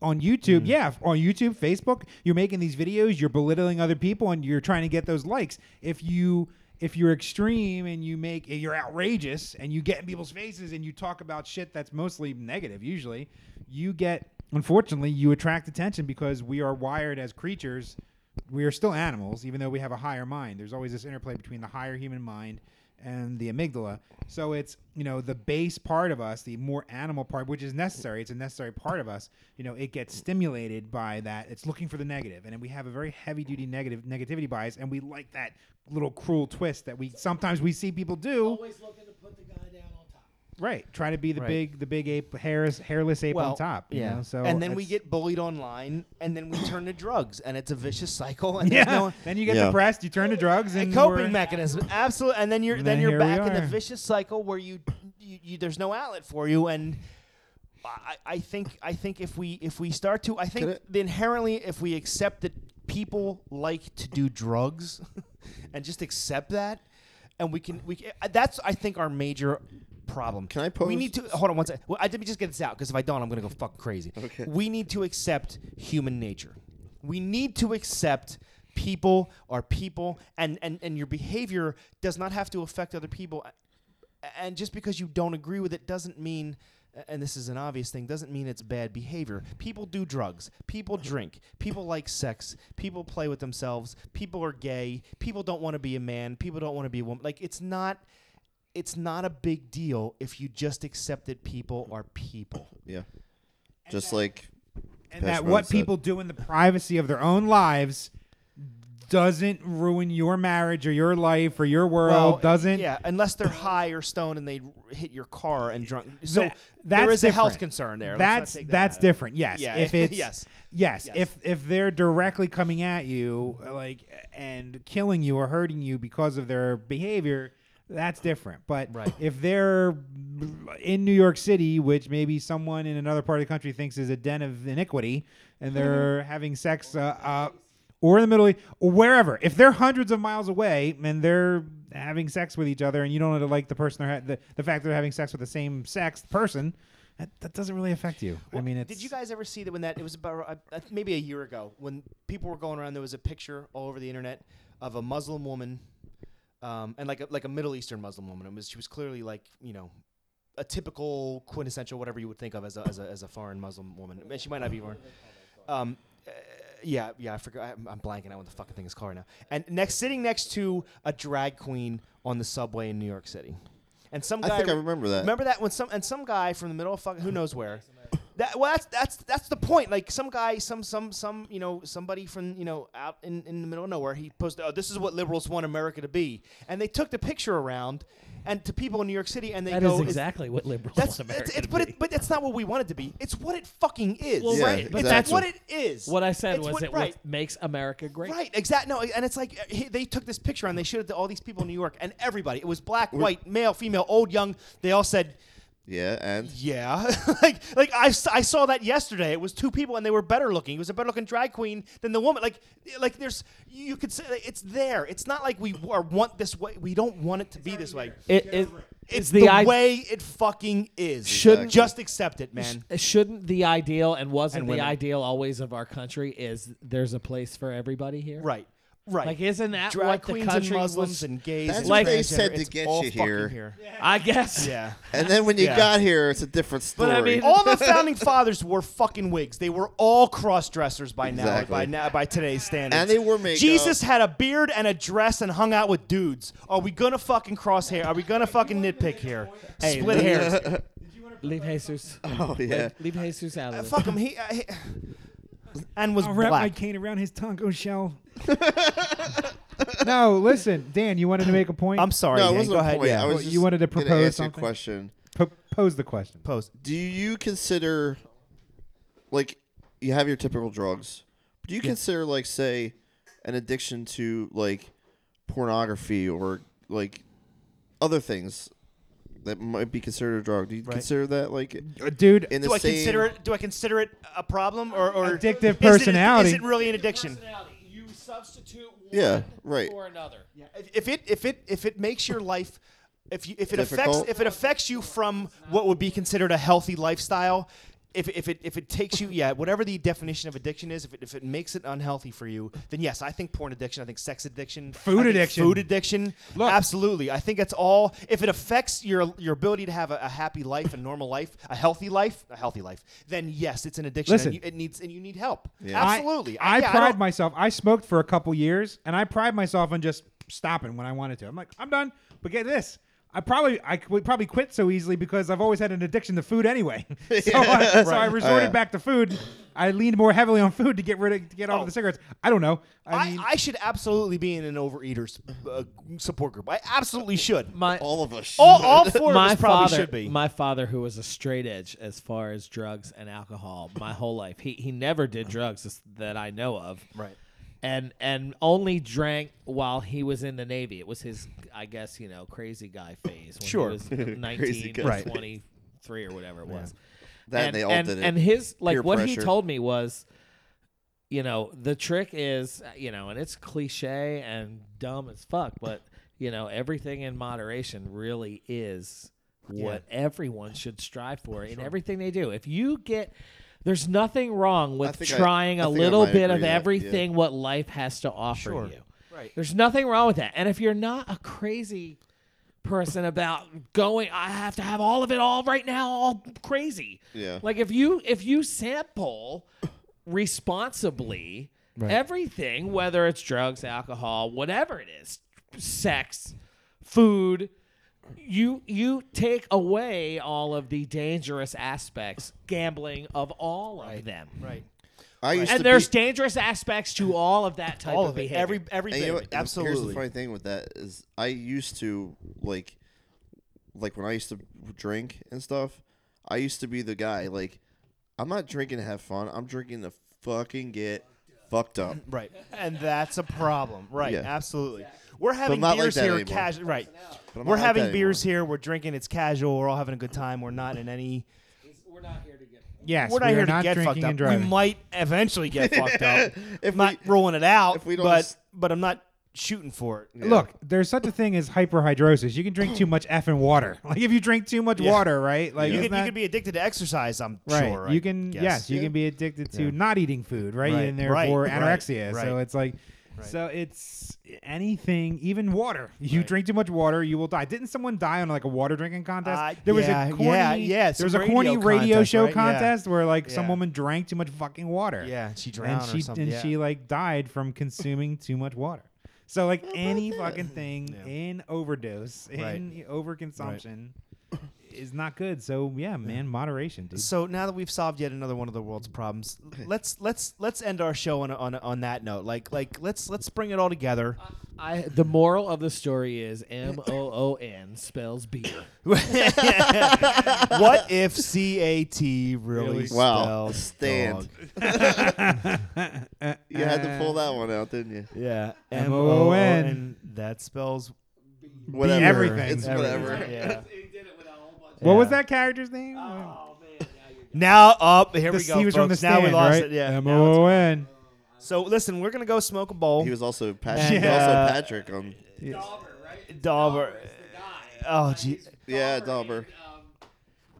C: on YouTube, yeah, on YouTube, Facebook, you're making these videos, you're belittling other people, and you're trying to get those likes. If you if you're extreme and you make you're outrageous and you get in people's faces and you talk about shit that's mostly negative, usually you get unfortunately you attract attention because we are wired as creatures we are still animals, even though we have a higher mind. There's always this interplay between the higher human mind and the amygdala. So it's you know the base part of us, the more animal part, which is necessary. It's a necessary part of us. You know, it gets stimulated by that. It's looking for the negative, and we have a very heavy duty negative negativity bias, and we like that little cruel twist that we sometimes we see people do.
E: Always looking to put the guy down on top.
C: Right, trying to be the
B: Right.
C: big the big ape hairless hairless ape on top. you know, So
B: and then we
C: it's-
B: get bullied online, and then we turn to drugs, and it's a vicious cycle. And
C: yeah.
B: there's no,
C: then you get
A: Yeah.
C: depressed. You turn to drugs
B: a
C: and we're-
B: coping mechanism, absolutely. And then you're
C: And
B: then,
C: then
B: you're
C: here we
B: back in the
C: are.
B: vicious cycle where you, you, you there's no outlet for you, and I, I think I think if we if we start to I
A: Could
B: think
A: it-
B: the inherently if we accept that people like to do drugs, and just accept that, and we can we can- that's I think our major problem.
A: Can I
B: We
A: pose-
B: need to hold on one second. Well, I, let me just get this out because if I don't, I'm gonna go fucking crazy.
A: Okay.
B: We need to accept human nature. We need to accept people are people, and and and your behavior does not have to affect other people and just because you don't agree with it doesn't mean and this is an obvious thing doesn't mean it's bad behavior people do drugs people drink people like sex people play with themselves people are gay people don't want to be a man people don't want to be a woman like it's not it's not a big deal if you just accept that people are people
A: Yeah. Just like
C: and
A: That's
C: that
A: what I
C: what
A: said.
C: people do in the privacy of their own lives doesn't ruin your marriage or your life or your world. doesn't
B: yeah unless they're high or stoned and they r- hit your car and drunk so
C: That- that's
B: there is a health
C: different.
B: concern there Let's not
C: That's
B: take that
C: that's
B: out of it.
C: different. Yes.
B: Yeah.
C: If it's
B: Yes.
C: Yes,
B: Yes.
C: if if they're directly coming at you like and killing you or hurting you because of their behavior, that's different. But
B: Right.
C: if they're in New York City, which maybe someone in another part of the country thinks is a den of iniquity, and
B: Mm-hmm.
C: they're having sex, uh, uh, or in the Middle East, or wherever, if they're hundreds of miles away and they're having sex with each other, and you don't really like the person they're ha- the, the fact they're having sex with the same sex person, that, that doesn't really affect you. I mean, it's
B: Did you guys ever see that when that it was about uh, maybe a year ago when people were going around? There was a picture all over the internet of a Muslim woman, um, and like a, like a Middle Eastern Muslim woman. It was she was clearly like you know a typical quintessential whatever you would think of as a as a, as a foreign Muslim woman. And she might not be foreign. Um, uh, yeah, yeah, I forgot. I'm, I'm blanking out what the fucking thing is called now. And next, sitting next to a drag queen on the subway in New York City, and some
A: I
B: guy
A: think I remember that.
B: Remember that when some and some guy from the middle of fucking who knows where. That well, that's that's that's the point. Like some guy, some some some you know somebody from you know out in, in the middle of nowhere. He posted, "Oh, this is what liberals want America to be," and they took the picture around and to people in New York City, and they
E: That
B: go,
E: is
B: "Is-
E: exactly what liberals
B: That's
E: want
B: it's,
E: America
B: it's,
E: to
B: but
E: be.
B: it, but that's not what we want it to be. It's what it fucking is.
E: Well,
A: Yeah,
E: right, but that's
A: exactly.
B: what it is.
E: what I said
B: It's
E: was
B: what-
E: it
B: right.
E: what makes America great.
B: Right, exact. No, and it's like uh, he, they took this picture and they showed it to all these people in New York and everybody. It was black, white, male, female, old, young. They all said,
A: yeah, and
B: Yeah, like like I, s- I saw that yesterday. It was two people and they were better looking. It was a better looking drag queen than the woman. Like like there's you could say like, it's there. It's not like we are want this way. We don't want it to be this way.
E: It, it,
B: It's
E: the,
B: the,
E: i-
B: way it fucking is.
E: Shouldn't-
B: just accept it, man.
E: Shouldn't the ideal and wasn't
B: And
E: the
B: women.
E: ideal always of our country is there's a place for everybody here?
B: Right, right.
E: Like, isn't that
B: drag
E: what the
B: queens
E: country
B: and Muslims
E: was-
B: and gays?
A: That's
B: and
E: what they
B: transgender,
A: said to
B: it's
A: get
B: all
A: you
B: fucking
A: here.
E: I guess.
B: Yeah.
A: and then when you
B: Yeah.
A: got here, it's a different story.
E: But I mean-
B: All the founding fathers wore fucking wigs. They were all cross dressers by now,
A: Exactly.
B: by now, by today's standards.
A: And they wore makeup.
B: Jesus had a beard and a dress and hung out with dudes. Are we gonna fucking cross hair? Are we gonna fucking nitpick here? Split hairs.
E: Leave Jesus.
A: oh yeah,
E: Leave Jesus out
B: Uh,
E: of it.
B: fuck him. He, uh, he- and was
C: I'll wrap my
B: black.
C: cane around his tongue. Oh, shell. no, listen, Dan. You wanted to make a point.
B: I'm sorry.
A: no, it
B: Dan.
A: wasn't
B: Go
A: a
B: ahead.
A: point.
B: Yeah.
A: I was
C: Well, you
A: just
C: wanted to
A: gonna
C: propose
A: ask you a
C: something?
A: question.
C: P- pose the question.
B: Post.
A: Do you consider, like, you have your typical drugs? Do you consider, like, say, an addiction to like pornography or like other things that might be considered a drug? Do you consider that like in
C: Uh, Dude,
A: the
B: Do I
A: same?
B: consider it? Do I consider it a problem or, or
C: Addictive
B: is it-
C: personality.
B: Is it really an addiction?
E: You substitute one
A: Yeah, right.
E: for another.
B: If- if it if it if it makes your life if you, if it
A: Difficult.
B: affects if it affects you from what would be considered a healthy lifestyle if, if it if it takes you yeah whatever the definition of addiction is if it, if it makes it unhealthy for you then yes I think porn addiction I think sex addiction
C: Food
B: I think
C: addiction.
B: food addiction
C: Look.
B: absolutely I think it's all if it affects your your ability to have a, a happy life a normal life a healthy life a healthy life then yes it's an addiction
C: Listen.
B: and you, it needs and you need help
A: Yeah.
B: absolutely
C: I, I
B: yeah,
C: pride
B: don't-
C: myself. I smoked for a couple years, and I pride myself on just stopping when I wanted to. I'm like, I'm done. But get this. I probably I c- would probably quit so easily because I've always had an addiction to food anyway. so, I, so I resorted
B: Oh,
C: back to food. I leaned more heavily on food to get rid of to get off of the cigarettes. I don't know. I,
B: Oh. I,
C: mean,
B: I should absolutely be in an overeaters uh, support group. I
C: Uh,
B: absolutely should.
D: My
A: All of us.
B: all, all four of
D: my
B: us probably
D: father,
B: should be.
D: my father, who was a straight edge as far as drugs and alcohol, my whole life. He he never did drugs as- that I know of.
B: Right.
D: And and only drank while he was in the Navy. It was his, I guess, you know, crazy guy phase. When
B: Sure.
D: He was 19,
A: guy
D: or
A: Right.
D: 23 or whatever it was.
A: That they all
D: and,
A: did it.
D: And his like
A: Peer
D: what he
A: pressure.
D: told me was, you know, the trick is, uh, you know, and it's cliche and dumb as fuck, but you know, everything in moderation really is what everyone should strive for in everything they do. If you get there's nothing wrong with
A: think I-
D: trying
A: I
D: a
A: think I
D: little
A: might
D: bit
A: agree
D: of
A: that, yeah.
D: everything what life has to offer
B: Sure.
D: you.
B: Right.
D: There's nothing wrong with that. And if you're not a crazy person about going I have to have all of it all right now, all crazy.
A: Yeah.
D: Like if you if you sample responsibly everything, whether it's drugs, alcohol, whatever it is, sex, food, you you take away all of the dangerous aspects, gambling of all of them.
B: Right.
A: I used to
D: And there's
A: be,
D: dangerous aspects to all of that type
B: All
D: of,
B: of it.
D: behavior.
B: Every every
A: and you
B: bit
A: know
B: of
A: what?
B: it.
A: Here's the- Here's the
B: Absolutely.
A: funny thing with that is I used to like, like when I used to drink and stuff, I used to be the guy like, I'm not drinking to have fun. I'm drinking to fucking get fucked up.
B: Right. And that's a problem. Right.
A: Yeah.
B: Absolutely. We're having
A: not like
B: beers
A: that
B: here
A: anymore.
B: casual. Right.
A: I'm
B: We're
A: not like
B: having
A: that
B: beers here. We're drinking. It's casual. We're all having a good time. We're not in any.
D: We're not here to get
C: yes,
B: we're not
C: we are
B: here to
C: not
B: get
C: drinking
B: fucked up.
C: and driving.
B: We might eventually get fucked up.
A: If
B: I'm not
A: we-
B: rolling it out.
A: if we don't
B: but
A: s-
B: but I'm not shooting for it.
A: Yeah.
C: Look, there's such a thing as hyperhidrosis. You can drink too much effing water. Like if you drink too much water, right? Like
B: You
C: it's
B: could, you
C: not-
B: could be addicted to exercise. I'm
C: right.
B: sure. I
C: you can
B: guess.
C: yes, you can be addicted to not eating food, right?
B: Right,
C: And
B: right,
C: therefore
B: right,
C: anorexia. So
B: right.
C: it's like so it's anything, even water. You drink too much water, you will die. Didn't someone die on like a water drinking contest?
B: Uh,
C: there was
B: yeah,
C: a corny
B: yeah, yeah,
C: there was a
B: some
C: corny
B: radio
C: radio
B: contest,
C: show
B: right? Yeah.
C: contest where like some
B: Yeah.
C: woman drank too much fucking water.
B: Yeah, she
C: and
B: drowned
C: she
B: or something.
C: and
B: yeah.
C: she like died from consuming too much water. So like any fucking thing in overdose,
B: Right.
C: in overconsumption, is not good. So yeah, man, moderation, dude.
B: So now that we've solved yet another one of the world's problems, let's let's let's end our show on a, on a, on that note. Like like let's let's bring it all together.
D: I the moral of the story is M O O N spells beer.
B: what if C A T really
A: Wow,
B: spelled
A: stand.
B: dog?
A: You had to pull that one out, didn't you?
B: Yeah,
C: M O O N.
B: M-O-O-N. That spells
A: Whatever.
C: everything.
A: It's
B: everything.
A: whatever.
B: Yeah.
C: What was
B: Yeah.
C: that character's name?
B: Now up here
C: the
B: we go.
C: C was from the
B: folks.
C: stand,
B: now we lost
C: right?
B: it. Yeah.
C: M
B: now it's-
C: O O N.
B: So listen, we're gonna go smoke a bowl.
A: He was also Patrick.
B: Yeah.
A: Also Patrick on.
B: Dauber. Oh gee.
A: Yeah, Dauber.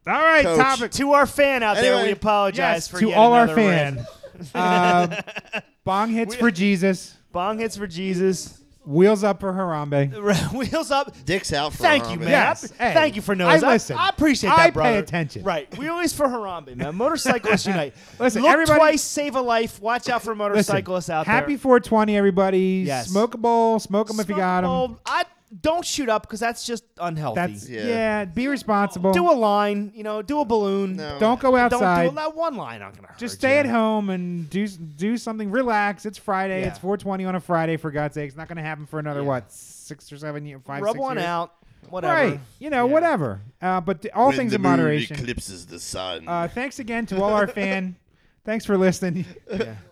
C: All right,
A: Coach.
C: topic
B: To our fan out there,
A: Anyway,
B: we apologize
C: yes
B: for
C: to
B: yet
C: all our
B: another rant.
C: fan. um, bong hits for Jesus.
B: Bong hits for Jesus.
C: Wheels up for Harambe.
B: Wheels up.
A: Dick's out for
B: Thank
A: Harambe.
B: you, man.
C: Yes,
B: I-
C: hey,
B: Thank you for noticing.
C: I listen.
B: I, appreciate that,
C: I pay
B: brother.
C: attention.
B: Right. We always for Harambe, man. Motorcyclists unite.
C: Listen,
B: Look
C: everybody-
B: twice, save a life. Watch out for
C: Listen,
B: motorcyclists out
C: happy
B: there.
C: 420, everybody.
B: Yes.
C: Smoke a bowl. Smoke them if you
B: Smoke
C: got
B: a
C: them.
B: bulb. I don't shoot up because that's just unhealthy.
C: That's yeah.
A: Yeah.
C: Be responsible.
B: do a line, you know. Do a balloon.
A: No.
C: Don't go outside.
B: Don't do that one line. I'm gonna hurt
C: Just stay
B: you.
C: at home and do do something. Relax. It's Friday.
B: Yeah.
C: It's 4:20 on a Friday. For God's sake, it's not going to happen for another what six or seven years, five,
B: Rub
C: six
B: one
C: years.
B: out. Whatever.
C: Right. You know,
B: Yeah.
C: whatever. Uh, but th- all things in moderation.
A: eclipses the sun.
C: Uh, thanks again to all our fan. Thanks for listening,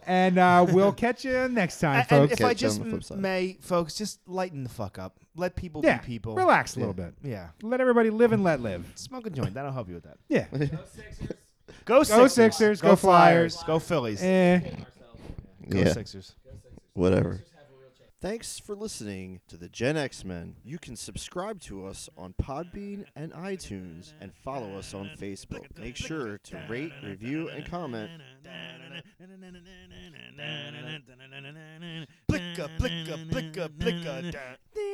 C: and uh, we'll catch you next time,
B: And-
C: folks.
B: and if
A: Catch
B: I
A: on
B: just
A: the flip side.
B: may, folks, just lighten the fuck up. Let people
C: yeah,
B: be people.
C: relax a little bit.
B: Yeah.
C: Let everybody live and let live.
B: Smoke a joint. That'll help you with that.
C: Yeah.
B: Go
C: Go Sixers, go Flyers.
B: Go Phillies.
C: Eh.
B: go
A: yeah.
B: Sixers.
A: Whatever. Thanks for listening to the Gen X Men. You can subscribe to us on Podbean and iTunes and follow us on Facebook. Make sure to rate, review, and comment.
B: Blicka, blicka, blicka, blicka. da.